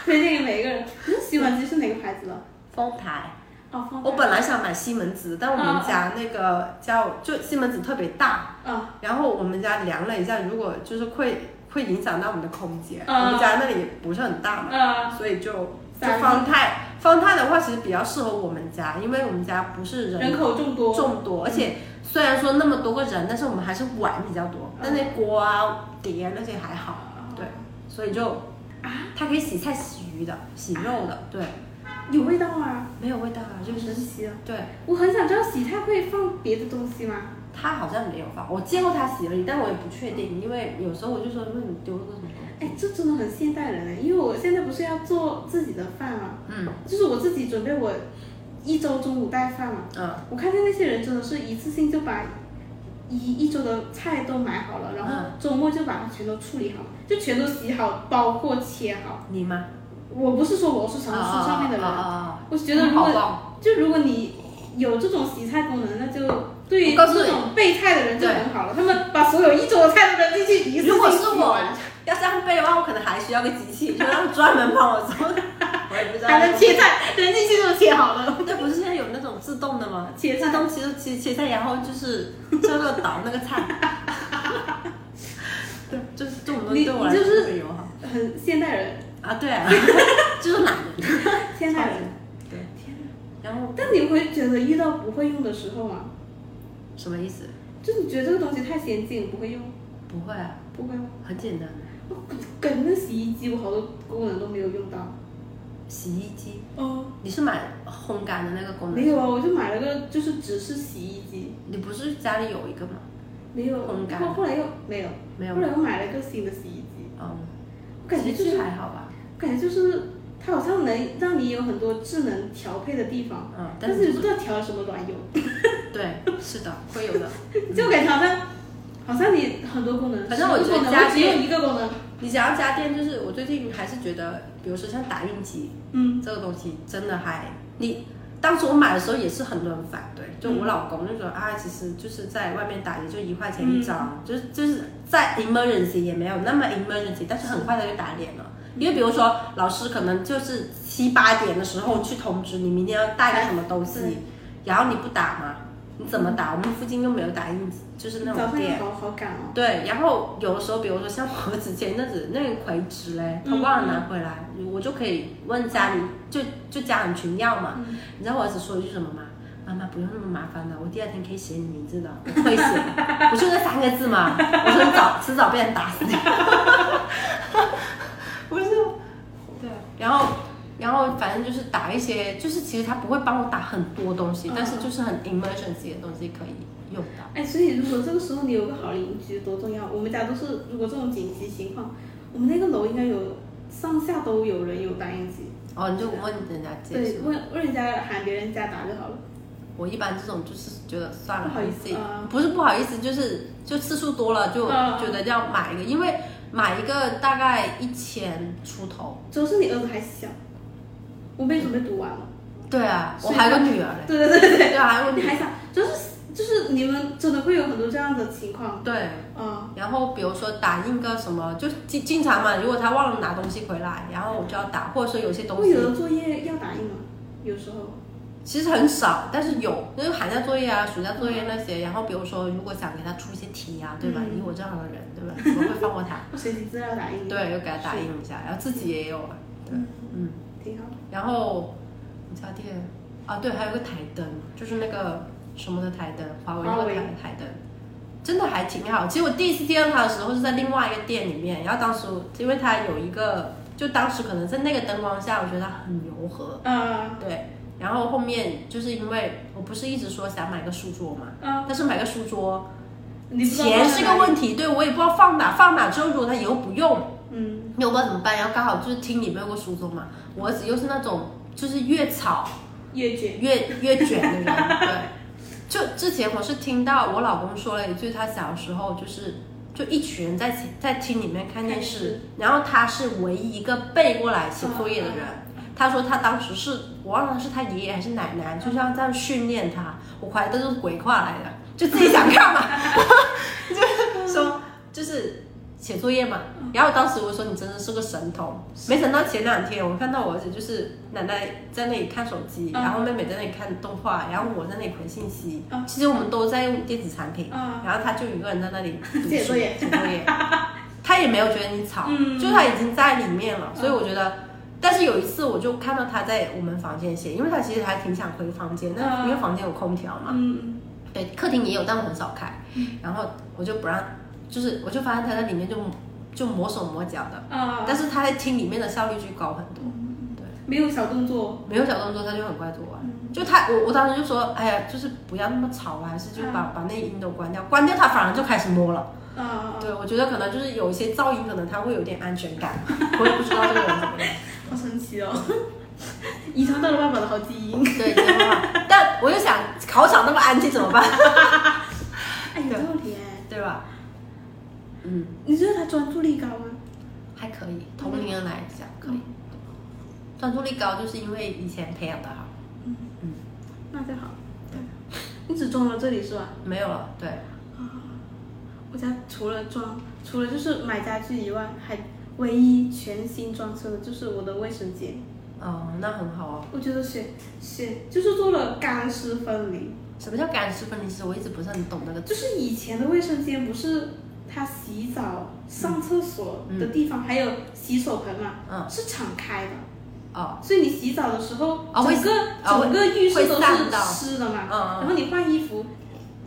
[SPEAKER 2] 推荐给每一个人。你的洗碗机是哪个牌子的？
[SPEAKER 1] 丰台，
[SPEAKER 2] 哦，方
[SPEAKER 1] 我本来想买西门子，但我们家那个家我就西门子特别大，
[SPEAKER 2] 啊，
[SPEAKER 1] 然后我们家量了一下，如果就是会会影响到我们的空间，
[SPEAKER 2] 嗯
[SPEAKER 1] 我们家那里也不是很大嘛，
[SPEAKER 2] 啊，
[SPEAKER 1] 所以就就
[SPEAKER 2] 散
[SPEAKER 1] 方太方太的话，其实比较适合我们家，因为我们家不是
[SPEAKER 2] 人
[SPEAKER 1] 人
[SPEAKER 2] 口众多，
[SPEAKER 1] 众多，而且虽然说那么多个人，但是我们还是碗比较多，但那锅啊、碟啊那些还好，对，所以就它可以洗菜、洗鱼的、洗肉的，对，
[SPEAKER 2] 有味道啊，
[SPEAKER 1] 没有味道啊，就是
[SPEAKER 2] 神奇啊！
[SPEAKER 1] 对。
[SPEAKER 2] 我很想知道洗菜会放别的东西吗？
[SPEAKER 1] 他好像没有放，我见过他洗而已，但我也不确定，因为有时候我就说，那你丢了个什么东西？
[SPEAKER 2] 哎，这真的很欸现代人哎，因为我现在不是要做自己的饭吗？
[SPEAKER 1] 嗯，
[SPEAKER 2] 就是我自己准备我一周中午带饭嘛，
[SPEAKER 1] 嗯，
[SPEAKER 2] 我看见那些人真的是一次性就把一一周的菜都买好了，然后
[SPEAKER 1] 嗯
[SPEAKER 2] 周末就把它全都处理好，就全都洗好，包括切好。
[SPEAKER 1] 你吗？
[SPEAKER 2] 我不是说我是
[SPEAKER 1] 哦
[SPEAKER 2] 小红书上面的人，
[SPEAKER 1] 啊，
[SPEAKER 2] 我是觉得如
[SPEAKER 1] 好
[SPEAKER 2] 果
[SPEAKER 1] 棒，
[SPEAKER 2] 就如果你有这种洗菜功能，那就对于
[SPEAKER 1] 我告诉你
[SPEAKER 2] 这种备菜的人就
[SPEAKER 1] 对
[SPEAKER 2] 很好了。他们把所有一桌的菜都扔进去，一次性
[SPEAKER 1] 如果是
[SPEAKER 2] 洗
[SPEAKER 1] 我
[SPEAKER 2] 完
[SPEAKER 1] 要这样背的话，我可能还需要个机器，就让专门帮我 做。我也不知道。
[SPEAKER 2] 还能切 菜，扔进去就切好了。
[SPEAKER 1] 那不是现在有那种自动的吗？
[SPEAKER 2] 切菜
[SPEAKER 1] 自动切切切菜，然后就是这个倒那个 菜。对，就是这种东西
[SPEAKER 2] 你
[SPEAKER 1] 对我来说
[SPEAKER 2] 你就是
[SPEAKER 1] 特别友好
[SPEAKER 2] 很现代人，
[SPEAKER 1] 啊，对啊，就是懒人。
[SPEAKER 2] 现代人。
[SPEAKER 1] 对，
[SPEAKER 2] 天哪！
[SPEAKER 1] 然后
[SPEAKER 2] 但你会觉得遇到不会用的时候吗？
[SPEAKER 1] 什么意思？
[SPEAKER 2] 就你觉得这个东西太先进，不会用，
[SPEAKER 1] 不会啊，
[SPEAKER 2] 不会吗？
[SPEAKER 1] 很简单的。
[SPEAKER 2] 我跟那洗衣机，我好多功能都没有用到。
[SPEAKER 1] 洗衣机，
[SPEAKER 2] 哦，
[SPEAKER 1] 你是买烘干的那个功
[SPEAKER 2] 没
[SPEAKER 1] 能？
[SPEAKER 2] 有啊，我就买了个，就是只是洗衣机。
[SPEAKER 1] 你不是家里有一个吗？
[SPEAKER 2] 没有，
[SPEAKER 1] 烘干
[SPEAKER 2] 后后来又没有，
[SPEAKER 1] 没有吗
[SPEAKER 2] 后来又买了一个新的洗衣机，
[SPEAKER 1] 嗯，
[SPEAKER 2] 我感觉就
[SPEAKER 1] 其实
[SPEAKER 2] 是，
[SPEAKER 1] 还好吧。
[SPEAKER 2] 感觉就是它好像能让你有很多智能调配的地方，
[SPEAKER 1] 嗯，但
[SPEAKER 2] 但是
[SPEAKER 1] 是
[SPEAKER 2] 你不知道调了什么卵油，
[SPEAKER 1] 对，是的，会有的。
[SPEAKER 2] 就感觉好像好像你很多功能，
[SPEAKER 1] 反正我
[SPEAKER 2] 十个
[SPEAKER 1] 觉得
[SPEAKER 2] 功能
[SPEAKER 1] 家
[SPEAKER 2] 我只有
[SPEAKER 1] 电
[SPEAKER 2] 一个功能，
[SPEAKER 1] 你只要家电，就是我最近还是觉得，比如说像打印机，
[SPEAKER 2] 嗯
[SPEAKER 1] 这个东西真的还你。当时我买的时候也是很多人反对，就我老公就说、啊，其实就是在外面打，也就一块钱一张，
[SPEAKER 2] 嗯
[SPEAKER 1] 就是就是在 emergency 也没有那么 emergency，但是很快他就打脸了。因为比如说老师可能就是七八点的时候去通知你明天要带个什么东
[SPEAKER 2] 对
[SPEAKER 1] 西，然后你不打嘛，你怎么打？我们附近又没有打印机，就是那
[SPEAKER 2] 早
[SPEAKER 1] 种
[SPEAKER 2] 上也
[SPEAKER 1] 店。
[SPEAKER 2] 好好赶哦，
[SPEAKER 1] 对，然后有的时候，比如说像我儿子前阵子那个葵纸嘞，他忘了拿回来，我就可以问家里，就就家人群要嘛。
[SPEAKER 2] 嗯
[SPEAKER 1] 你知道我儿子说一句什么吗？妈妈不用那么麻烦的，我第二天可以写你名字的，我会写， 不就那三个字吗？我说你早迟早被人打死你。 不是，对，然后然后反正就是打一些，就是其实他不会帮我打很多东西，但是就是很 emergency 的东西可以用到。
[SPEAKER 2] 哎，所以如果这个时候你有个好邻居多重要，我们家都是如果这种紧急情况，我们那个楼应该有上下都有人有打印机，
[SPEAKER 1] 哦，你就问人家借
[SPEAKER 2] 对，
[SPEAKER 1] 是吗？
[SPEAKER 2] 问问人家喊别人家打就好了。
[SPEAKER 1] 我一般这种就是觉得算了，
[SPEAKER 2] 不好意思
[SPEAKER 1] 自己
[SPEAKER 2] 啊
[SPEAKER 1] 不是不好意思，就是就次数多了就
[SPEAKER 2] 啊
[SPEAKER 1] 觉得要买一个，因为买一个大概一千出头。
[SPEAKER 2] 主要是你儿子还小，我没准备读完了。
[SPEAKER 1] 对啊，我
[SPEAKER 2] 所以
[SPEAKER 1] 还有个女儿嘞，
[SPEAKER 2] 对对对对，
[SPEAKER 1] 对啊，还有个女
[SPEAKER 2] 你 还
[SPEAKER 1] 儿。
[SPEAKER 2] 小，主要是就是你们真的会有很多这样的情况，
[SPEAKER 1] 对，
[SPEAKER 2] 啊、
[SPEAKER 1] 然后比如说打印个什么，就经经常嘛，如果他忘了拿东西回来，然后我就要打，或者说有些东
[SPEAKER 2] 会有
[SPEAKER 1] 西
[SPEAKER 2] 的作业要打印吗？有时候，
[SPEAKER 1] 其实很少，但是有，就是寒假作业啊、暑假作业那些。然后比如说，如果想给他出一些题啊，对吧？
[SPEAKER 2] 嗯
[SPEAKER 1] 以我这样的人，对 吧？怎么会放过他？
[SPEAKER 2] 学习资料打印，
[SPEAKER 1] 对，又给他打印一下，然后自己也有啊。对，
[SPEAKER 2] 嗯
[SPEAKER 1] 嗯。
[SPEAKER 2] 挺好。
[SPEAKER 1] 然后我家店啊，对，还有个台灯，就是那个什么的台灯，华为那
[SPEAKER 2] 华
[SPEAKER 1] 个
[SPEAKER 2] 为
[SPEAKER 1] 台台灯，真的还挺好。其实我第一次见到它的时候是在另外一个店里面，然后当时我因为它有一个，就当时可能在那个灯光下，我觉得它很柔和，
[SPEAKER 2] 啊、
[SPEAKER 1] 对。然后后面就是因为我不是一直说想买个书桌嘛，
[SPEAKER 2] 啊、
[SPEAKER 1] 但是买个书桌
[SPEAKER 2] 你不知道
[SPEAKER 1] 钱
[SPEAKER 2] 放
[SPEAKER 1] 是
[SPEAKER 2] 在
[SPEAKER 1] 个
[SPEAKER 2] 哪里，
[SPEAKER 1] 问题，对我也不知道放哪，放哪之后如果它以后不用，
[SPEAKER 2] 嗯，
[SPEAKER 1] 又不知道怎么办，然后刚好就是听你们有个书桌嘛，我儿子又是那种就是越吵
[SPEAKER 2] 阅卷，
[SPEAKER 1] 越越卷的人，对。就之前我是听到我老公说了一句，他小时候就是就一群人在在厅里面看电
[SPEAKER 2] 看电
[SPEAKER 1] 视，然后他是唯一一个背过来写作业的人。他说他当时是我忘了是他爷爷还是奶奶，就像这样训练他，我怀疑这就是鬼话来的，就自己想干嘛， 就是说就是写作业嘛。
[SPEAKER 2] 嗯
[SPEAKER 1] 然后当时我说你真的是个神童，没想到前两天我看到我儿子就是奶奶在那里看手机，
[SPEAKER 2] 嗯
[SPEAKER 1] 然后妹妹在那里看动画，然后我在那里回信息
[SPEAKER 2] 嗯。
[SPEAKER 1] 其实我们都在用电子产品，
[SPEAKER 2] 啊、
[SPEAKER 1] 然后他就一个人在那里读书
[SPEAKER 2] 写作业
[SPEAKER 1] 写作 业，他也没有觉得你吵，
[SPEAKER 2] 嗯
[SPEAKER 1] 就是他已经在里面了，所以我觉得。但是有一次，我就看到他在我们房间写，因为他其实还挺想回房间，但
[SPEAKER 2] 嗯
[SPEAKER 1] 因为房间有空调嘛，
[SPEAKER 2] 嗯，
[SPEAKER 1] 对，客厅也有，但我很少开。然后我就不让，就是我就发现他在里面就就磨手磨脚的，
[SPEAKER 2] 啊、
[SPEAKER 1] 但是他在听里面的效率就高很多，
[SPEAKER 2] 没有小动作，
[SPEAKER 1] 没有小动作他就很快做完。
[SPEAKER 2] 嗯
[SPEAKER 1] 就他，我我当时就说，哎呀，就是不要那么吵啊，还是就把、把那音都关掉，关掉他反而就开始摸了。
[SPEAKER 2] 啊、
[SPEAKER 1] 对，我觉得可能就是有一些噪音，可能他会有点安全感，我也不知道这个人怎么样。
[SPEAKER 2] 好神奇哦。 遗传到了爸爸的好基因。
[SPEAKER 1] 对，这样吧但我又想考场那么安静怎么办？
[SPEAKER 2] 哎，有道理哎。
[SPEAKER 1] 对吧？嗯，
[SPEAKER 2] 你觉得他专注力高吗？
[SPEAKER 1] 还可
[SPEAKER 2] 嗯
[SPEAKER 1] 以，同龄人来讲可以。专注力高就是因为以前培养的好，
[SPEAKER 2] 嗯
[SPEAKER 1] 嗯，
[SPEAKER 2] 那就好。对，你只装到这里是吧？
[SPEAKER 1] 没有了，对，
[SPEAKER 2] 啊，我家除了装，除了就是买家具以外，还唯一全新装修的就是我的卫生间。
[SPEAKER 1] 哦，那很好哦。
[SPEAKER 2] 我觉得选选就是做了干湿分离，
[SPEAKER 1] 什么叫干湿分离式？我一直不是很懂那个
[SPEAKER 2] 就
[SPEAKER 1] 词。
[SPEAKER 2] 是以前的卫生间不是它洗澡、上厕所的地方，还有洗手盆嘛，
[SPEAKER 1] 嗯，
[SPEAKER 2] 是敞开的，
[SPEAKER 1] 哦，
[SPEAKER 2] 所以你洗澡的时候，
[SPEAKER 1] 啊会
[SPEAKER 2] 整个、
[SPEAKER 1] 啊会
[SPEAKER 2] 整个浴室都
[SPEAKER 1] 会散
[SPEAKER 2] 是
[SPEAKER 1] 到
[SPEAKER 2] 湿的嘛，
[SPEAKER 1] 嗯嗯
[SPEAKER 2] 然后你换衣服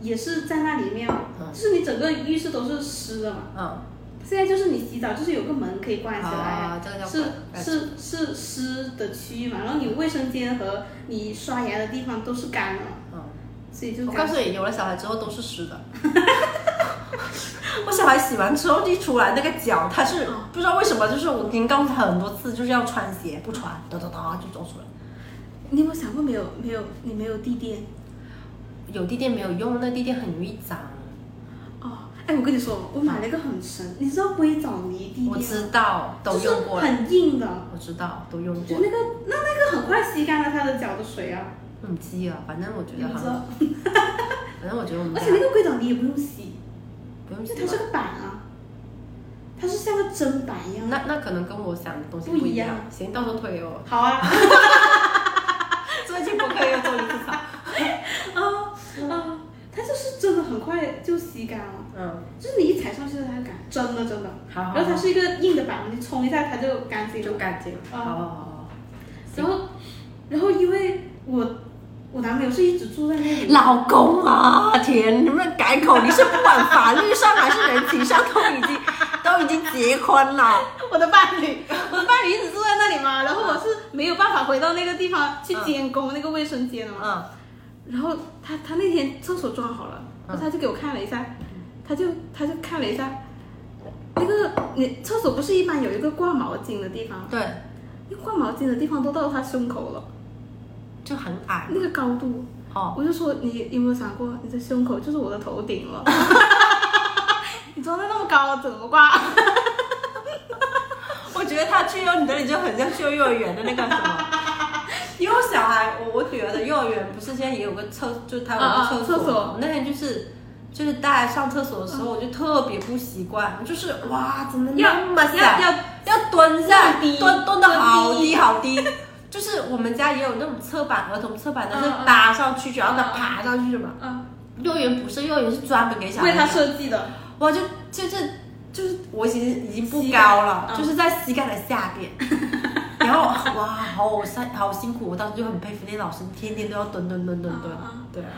[SPEAKER 2] 也是在那里面嘛，哦
[SPEAKER 1] 嗯
[SPEAKER 2] 就是你整个浴室都是湿的嘛。
[SPEAKER 1] 嗯，
[SPEAKER 2] 现在就是你洗澡就是有个门可以关起来。
[SPEAKER 1] 啊，这个叫
[SPEAKER 2] 是
[SPEAKER 1] 干湿
[SPEAKER 2] 是是湿的区域嘛，然后你卫生间和你刷牙的地方都是干的嘛，
[SPEAKER 1] 嗯，
[SPEAKER 2] 所以就
[SPEAKER 1] 我
[SPEAKER 2] 干
[SPEAKER 1] 告诉你，有了小孩之后都是湿的。 我小孩洗完之后一出来，那个脚他是
[SPEAKER 2] 嗯
[SPEAKER 1] 不知道为什么，就是我已经告诉他很多次，就是要穿鞋，不穿，哒哒哒就走出来。
[SPEAKER 2] 你有没有想过没有没有你没有地垫？
[SPEAKER 1] 有地垫没有用，那地垫很容易脏。
[SPEAKER 2] 哦，哎，我跟你说，我买了一个很神，你知道硅藻泥地垫吗？
[SPEAKER 1] 我知道，都用过
[SPEAKER 2] 就是
[SPEAKER 1] 了，
[SPEAKER 2] 很硬的，
[SPEAKER 1] 我知道都用
[SPEAKER 2] 就
[SPEAKER 1] 过了
[SPEAKER 2] 那。个那那个很快吸干了它的脚的水啊，
[SPEAKER 1] 很鸡啊，反正我觉
[SPEAKER 2] 你
[SPEAKER 1] 得
[SPEAKER 2] 不知
[SPEAKER 1] 很，
[SPEAKER 2] 道？
[SPEAKER 1] 反正我觉得我们
[SPEAKER 2] 而
[SPEAKER 1] 家
[SPEAKER 2] 且那个硅藻泥也不用洗，
[SPEAKER 1] 不用
[SPEAKER 2] 因为
[SPEAKER 1] 洗
[SPEAKER 2] 它是
[SPEAKER 1] 了。
[SPEAKER 2] 个板啊，它是像个砧板一样。
[SPEAKER 1] 那那可能跟我想的东西
[SPEAKER 2] 不
[SPEAKER 1] 不
[SPEAKER 2] 一
[SPEAKER 1] 一
[SPEAKER 2] 样
[SPEAKER 1] 样。行，到时候推给 我。
[SPEAKER 2] 好啊，
[SPEAKER 1] 最近不可以又做一次草。
[SPEAKER 2] 啊啊，它就是真的很快就吸干了，
[SPEAKER 1] 嗯，
[SPEAKER 2] 就是你一踩上去它就干，真的真的。
[SPEAKER 1] 好好
[SPEAKER 2] 嗯然后
[SPEAKER 1] 好，
[SPEAKER 2] 它是一个硬的板，你冲一下它就干净了
[SPEAKER 1] 哦就。干净。好好好好。
[SPEAKER 2] 然后，然后因为我我男朋友是一直住在那里，
[SPEAKER 1] 老公啊，天，能不能改口？你是不管法律上还是人情上，都已经都已经结婚了。
[SPEAKER 2] 我的伴侣，我的伴侣一直住在那里嘛，然后我是没有办法回到那个地方去监工那个卫生间的嘛。
[SPEAKER 1] 嗯，
[SPEAKER 2] 然后他他那天厕所装好了，
[SPEAKER 1] 嗯
[SPEAKER 2] 然后他就给我看了一下，他就他就看了一下，那个你厕所不是一般有一个挂毛巾的地方吗，
[SPEAKER 1] 对，
[SPEAKER 2] 那挂毛巾的地方都到他胸口了，
[SPEAKER 1] 就很矮
[SPEAKER 2] 那个高度，
[SPEAKER 1] 哦。
[SPEAKER 2] 我就说你有没有想过你的胸口就是我的头顶了， 你装的那么高怎么挂？
[SPEAKER 1] 我觉得他去幼你那里就很像去幼儿园的那个什么。 因为我小孩，我我女儿的幼儿园不是现在也有个厕，就他有
[SPEAKER 2] 啊啊
[SPEAKER 1] 个厕
[SPEAKER 2] 厕
[SPEAKER 1] 所。
[SPEAKER 2] 所
[SPEAKER 1] 我那天就是就是大家上厕所的时候，我就特别不习惯，就是哇，怎么那么小？
[SPEAKER 2] 要
[SPEAKER 1] 要蹲下，
[SPEAKER 2] 要低
[SPEAKER 1] 蹲蹲的好
[SPEAKER 2] 蹲低
[SPEAKER 1] 低好低。就是我们家也有那种侧板，儿童侧板，但是
[SPEAKER 2] 嗯嗯
[SPEAKER 1] 搭上去，然后它
[SPEAKER 2] 嗯嗯
[SPEAKER 1] 爬上去的嘛。
[SPEAKER 2] 嗯，
[SPEAKER 1] 幼儿园不是幼儿园，是专门给小孩
[SPEAKER 2] 为他
[SPEAKER 1] 的
[SPEAKER 2] 设计的。
[SPEAKER 1] 哇，就就就就是我其实已经不
[SPEAKER 2] 膝盖
[SPEAKER 1] 高了，
[SPEAKER 2] 嗯
[SPEAKER 1] 就是在膝盖的下 边。然后哇，好辛好辛苦，我当时就很佩服那些老师，天天都要蹲蹲蹲蹲蹲
[SPEAKER 2] 嗯嗯。
[SPEAKER 1] 对啊，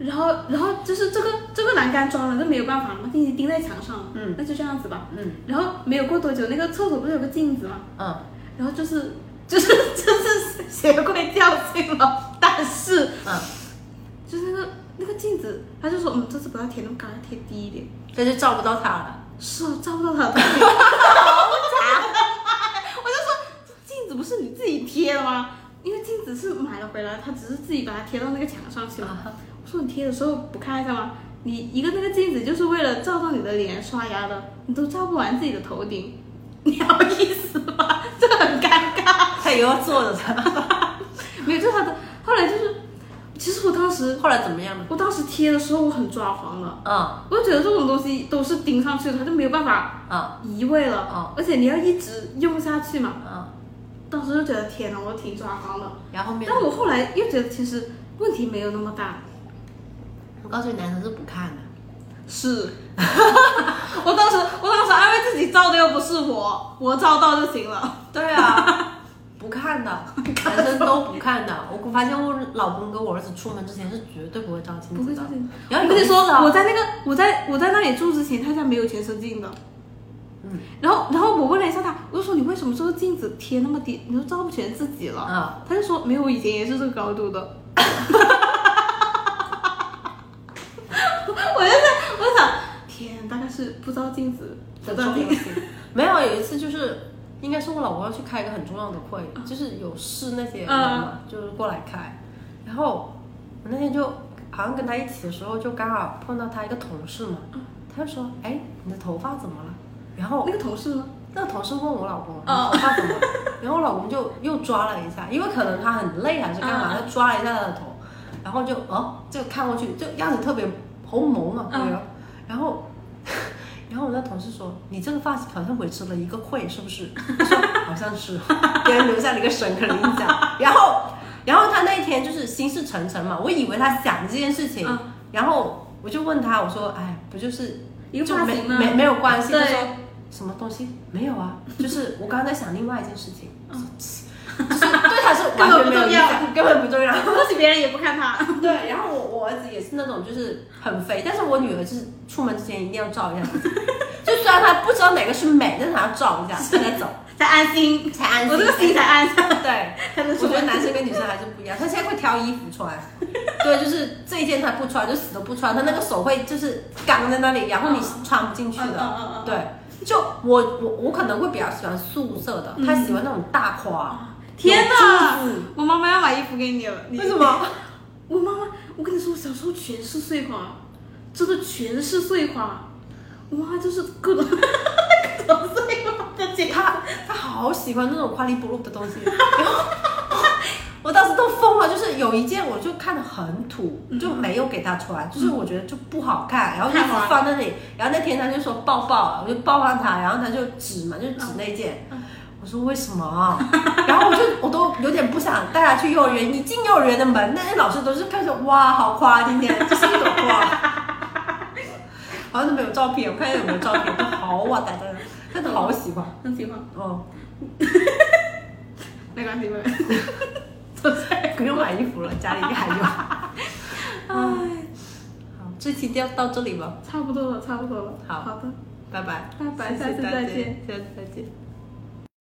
[SPEAKER 2] 然后，然后就是这个这个栏杆装了，就没有办法了嘛，钉钉钉在墙上了。
[SPEAKER 1] 嗯
[SPEAKER 2] 那就这样子吧。
[SPEAKER 1] 嗯
[SPEAKER 2] 然后没有过多久，那个厕所不是有个镜子嘛，
[SPEAKER 1] 嗯，
[SPEAKER 2] 然后就是就是就是学会教训了，但是
[SPEAKER 1] 嗯，
[SPEAKER 2] 就是那个那个镜子，他就说嗯，这次不要贴那么高，要贴低一点。
[SPEAKER 1] 这就照不到他了。
[SPEAKER 2] 是哦，照不到他的头顶，好惨！我就说镜子不是你自己贴的吗？因为镜子是买了回来，他只是自己把它贴到那个墙上去了。我说你贴的时候不看一下吗？你一个那个镜子就是为了照到你的脸刷牙的，你都照不完自己的头顶，你好意思吗？这很尴尬。
[SPEAKER 1] 他也要坐着他。
[SPEAKER 2] 没有，就他的后来就是，其实我当时
[SPEAKER 1] 后来怎么样了？
[SPEAKER 2] 我当时贴的时候我很抓狂了，
[SPEAKER 1] 嗯
[SPEAKER 2] 我就觉得这种东西都是钉上去的，他就没有办法
[SPEAKER 1] 嗯
[SPEAKER 2] 移位了，
[SPEAKER 1] 哦
[SPEAKER 2] 而且你要一直用下去嘛。
[SPEAKER 1] 嗯，
[SPEAKER 2] 当时就觉得天哪，我挺抓狂的。
[SPEAKER 1] 然后后面呢
[SPEAKER 2] 但我后来又觉得其实问题没有那么大，
[SPEAKER 1] 我告诉你，男生是不看的。
[SPEAKER 2] 是， 我当时我当时安慰自己照的又不是我，我照到就行了。
[SPEAKER 1] 对啊， 不看的， 男生都不看的。我发现我老公跟我儿子出门之前是绝对不会照镜
[SPEAKER 2] 不
[SPEAKER 1] 子
[SPEAKER 2] 会
[SPEAKER 1] 的
[SPEAKER 2] 照。镜子。
[SPEAKER 1] 然后
[SPEAKER 2] 我跟你说，
[SPEAKER 1] 有一次啊
[SPEAKER 2] 我在那个我在我在那里住之前，他家没有全身镜的。
[SPEAKER 1] 嗯。
[SPEAKER 2] 然后然后我问了一下他，我就说你为什么这个镜子贴那么低，你都照不全自己了？
[SPEAKER 1] 啊。
[SPEAKER 2] 他就说没有，我以前也是这个高度的。 我就在，我就想，天，大概是不照镜子，不
[SPEAKER 1] 的
[SPEAKER 2] 照
[SPEAKER 1] 重
[SPEAKER 2] 镜
[SPEAKER 1] 要
[SPEAKER 2] 子。
[SPEAKER 1] 性。没有，有一次就是应该是我老公要去开一个很重要的会，就是有事那些人
[SPEAKER 2] 嗯
[SPEAKER 1] 嘛，就是过来开。然后我那天就好像跟他一起的时候，就刚好碰到他一个同事嘛，他就说：“哎，你的头发怎么了？”然后
[SPEAKER 2] 那个同事吗？
[SPEAKER 1] 那个同事问我老公，
[SPEAKER 2] 哦
[SPEAKER 1] 头发怎么了？然后我老公就又抓了一下，因为可能他很累还是干嘛，
[SPEAKER 2] 嗯
[SPEAKER 1] 就抓了一下他的头，然后就哦，就看过去，就样子特别红萌嘛，
[SPEAKER 2] 嗯
[SPEAKER 1] 对吧？然后， 然后我那同事说：“你这个发型好像维持了一个会，是不是？”我说：“好像 是，给人留下了一个深刻的印象。” 然后，然后他那天就是心事沉沉嘛，我以为他想这件事情，
[SPEAKER 2] 嗯
[SPEAKER 1] 然后我就问他，我说：“哎，不就是
[SPEAKER 2] 一个
[SPEAKER 1] 就
[SPEAKER 2] 发
[SPEAKER 1] 没
[SPEAKER 2] 型吗？
[SPEAKER 1] 没没有关系，他
[SPEAKER 2] 对
[SPEAKER 1] 说什么东西没有 啊，就是我刚刚在想另外一件事情，就是对他是完全没有影响，嗯根本不重要。
[SPEAKER 2] 恭喜别人也不看他。
[SPEAKER 1] 对，然后我我儿子也是那种就是很肥，但是我女儿就是出门之前一定要 照一下自己，就虽然她不知道哪个是美，但是她要照一下她再走
[SPEAKER 2] 才安心，
[SPEAKER 1] 才安心。
[SPEAKER 2] 我这个心才安心。
[SPEAKER 1] 对，
[SPEAKER 2] 他就
[SPEAKER 1] 我
[SPEAKER 2] 说
[SPEAKER 1] 觉得男生跟女生还是不一样，他现在会挑衣服 穿，对，就是这一件他不穿就死都不穿，他那个手会就是刚在那里，然后你是穿不进去
[SPEAKER 2] 嗯嗯
[SPEAKER 1] 的
[SPEAKER 2] 嗯嗯，
[SPEAKER 1] 对，就我我我可能会比较喜欢素色的，他喜欢那种大
[SPEAKER 2] 嗯
[SPEAKER 1] 花，
[SPEAKER 2] 天哪
[SPEAKER 1] 有珠子！
[SPEAKER 2] 我妈妈要买衣服给你了。你
[SPEAKER 1] 嗯为什？么？
[SPEAKER 2] 我妈妈，我跟你说，我小时候全是碎花，真的全是碎花。我妈妈就是各种 各种碎花的姐。
[SPEAKER 1] 他他好喜欢那种花里不露的东西， 然后我当时都疯了，就是有一件我就看的很土，就没有给他穿，就是我觉得就不好看，然后就一直放在那里，然后那天他就说抱抱，我就抱上他，然后他就指嘛，就指那件。我说为什么 啊？然后我就我都有点不想带他去幼儿园。一进幼儿园的门，那些老师都是看着哇，好花，今天就是一朵花。 好像都没有照片，我看一下有没有照片，都好哇，大家，但他好喜欢。
[SPEAKER 2] 很喜欢，
[SPEAKER 1] 哦，
[SPEAKER 2] 没关系，没关系。
[SPEAKER 1] 不用买衣服了，家里应该还有。好，
[SPEAKER 2] 哎，
[SPEAKER 1] 这期就到这里吧，
[SPEAKER 2] 差不多了，差不多了。
[SPEAKER 1] 好
[SPEAKER 2] 好的，
[SPEAKER 1] 拜拜，
[SPEAKER 2] 拜拜，
[SPEAKER 1] 谢
[SPEAKER 2] 下
[SPEAKER 1] 谢
[SPEAKER 2] 次
[SPEAKER 1] 大家
[SPEAKER 2] 再见。，
[SPEAKER 1] 下次再见。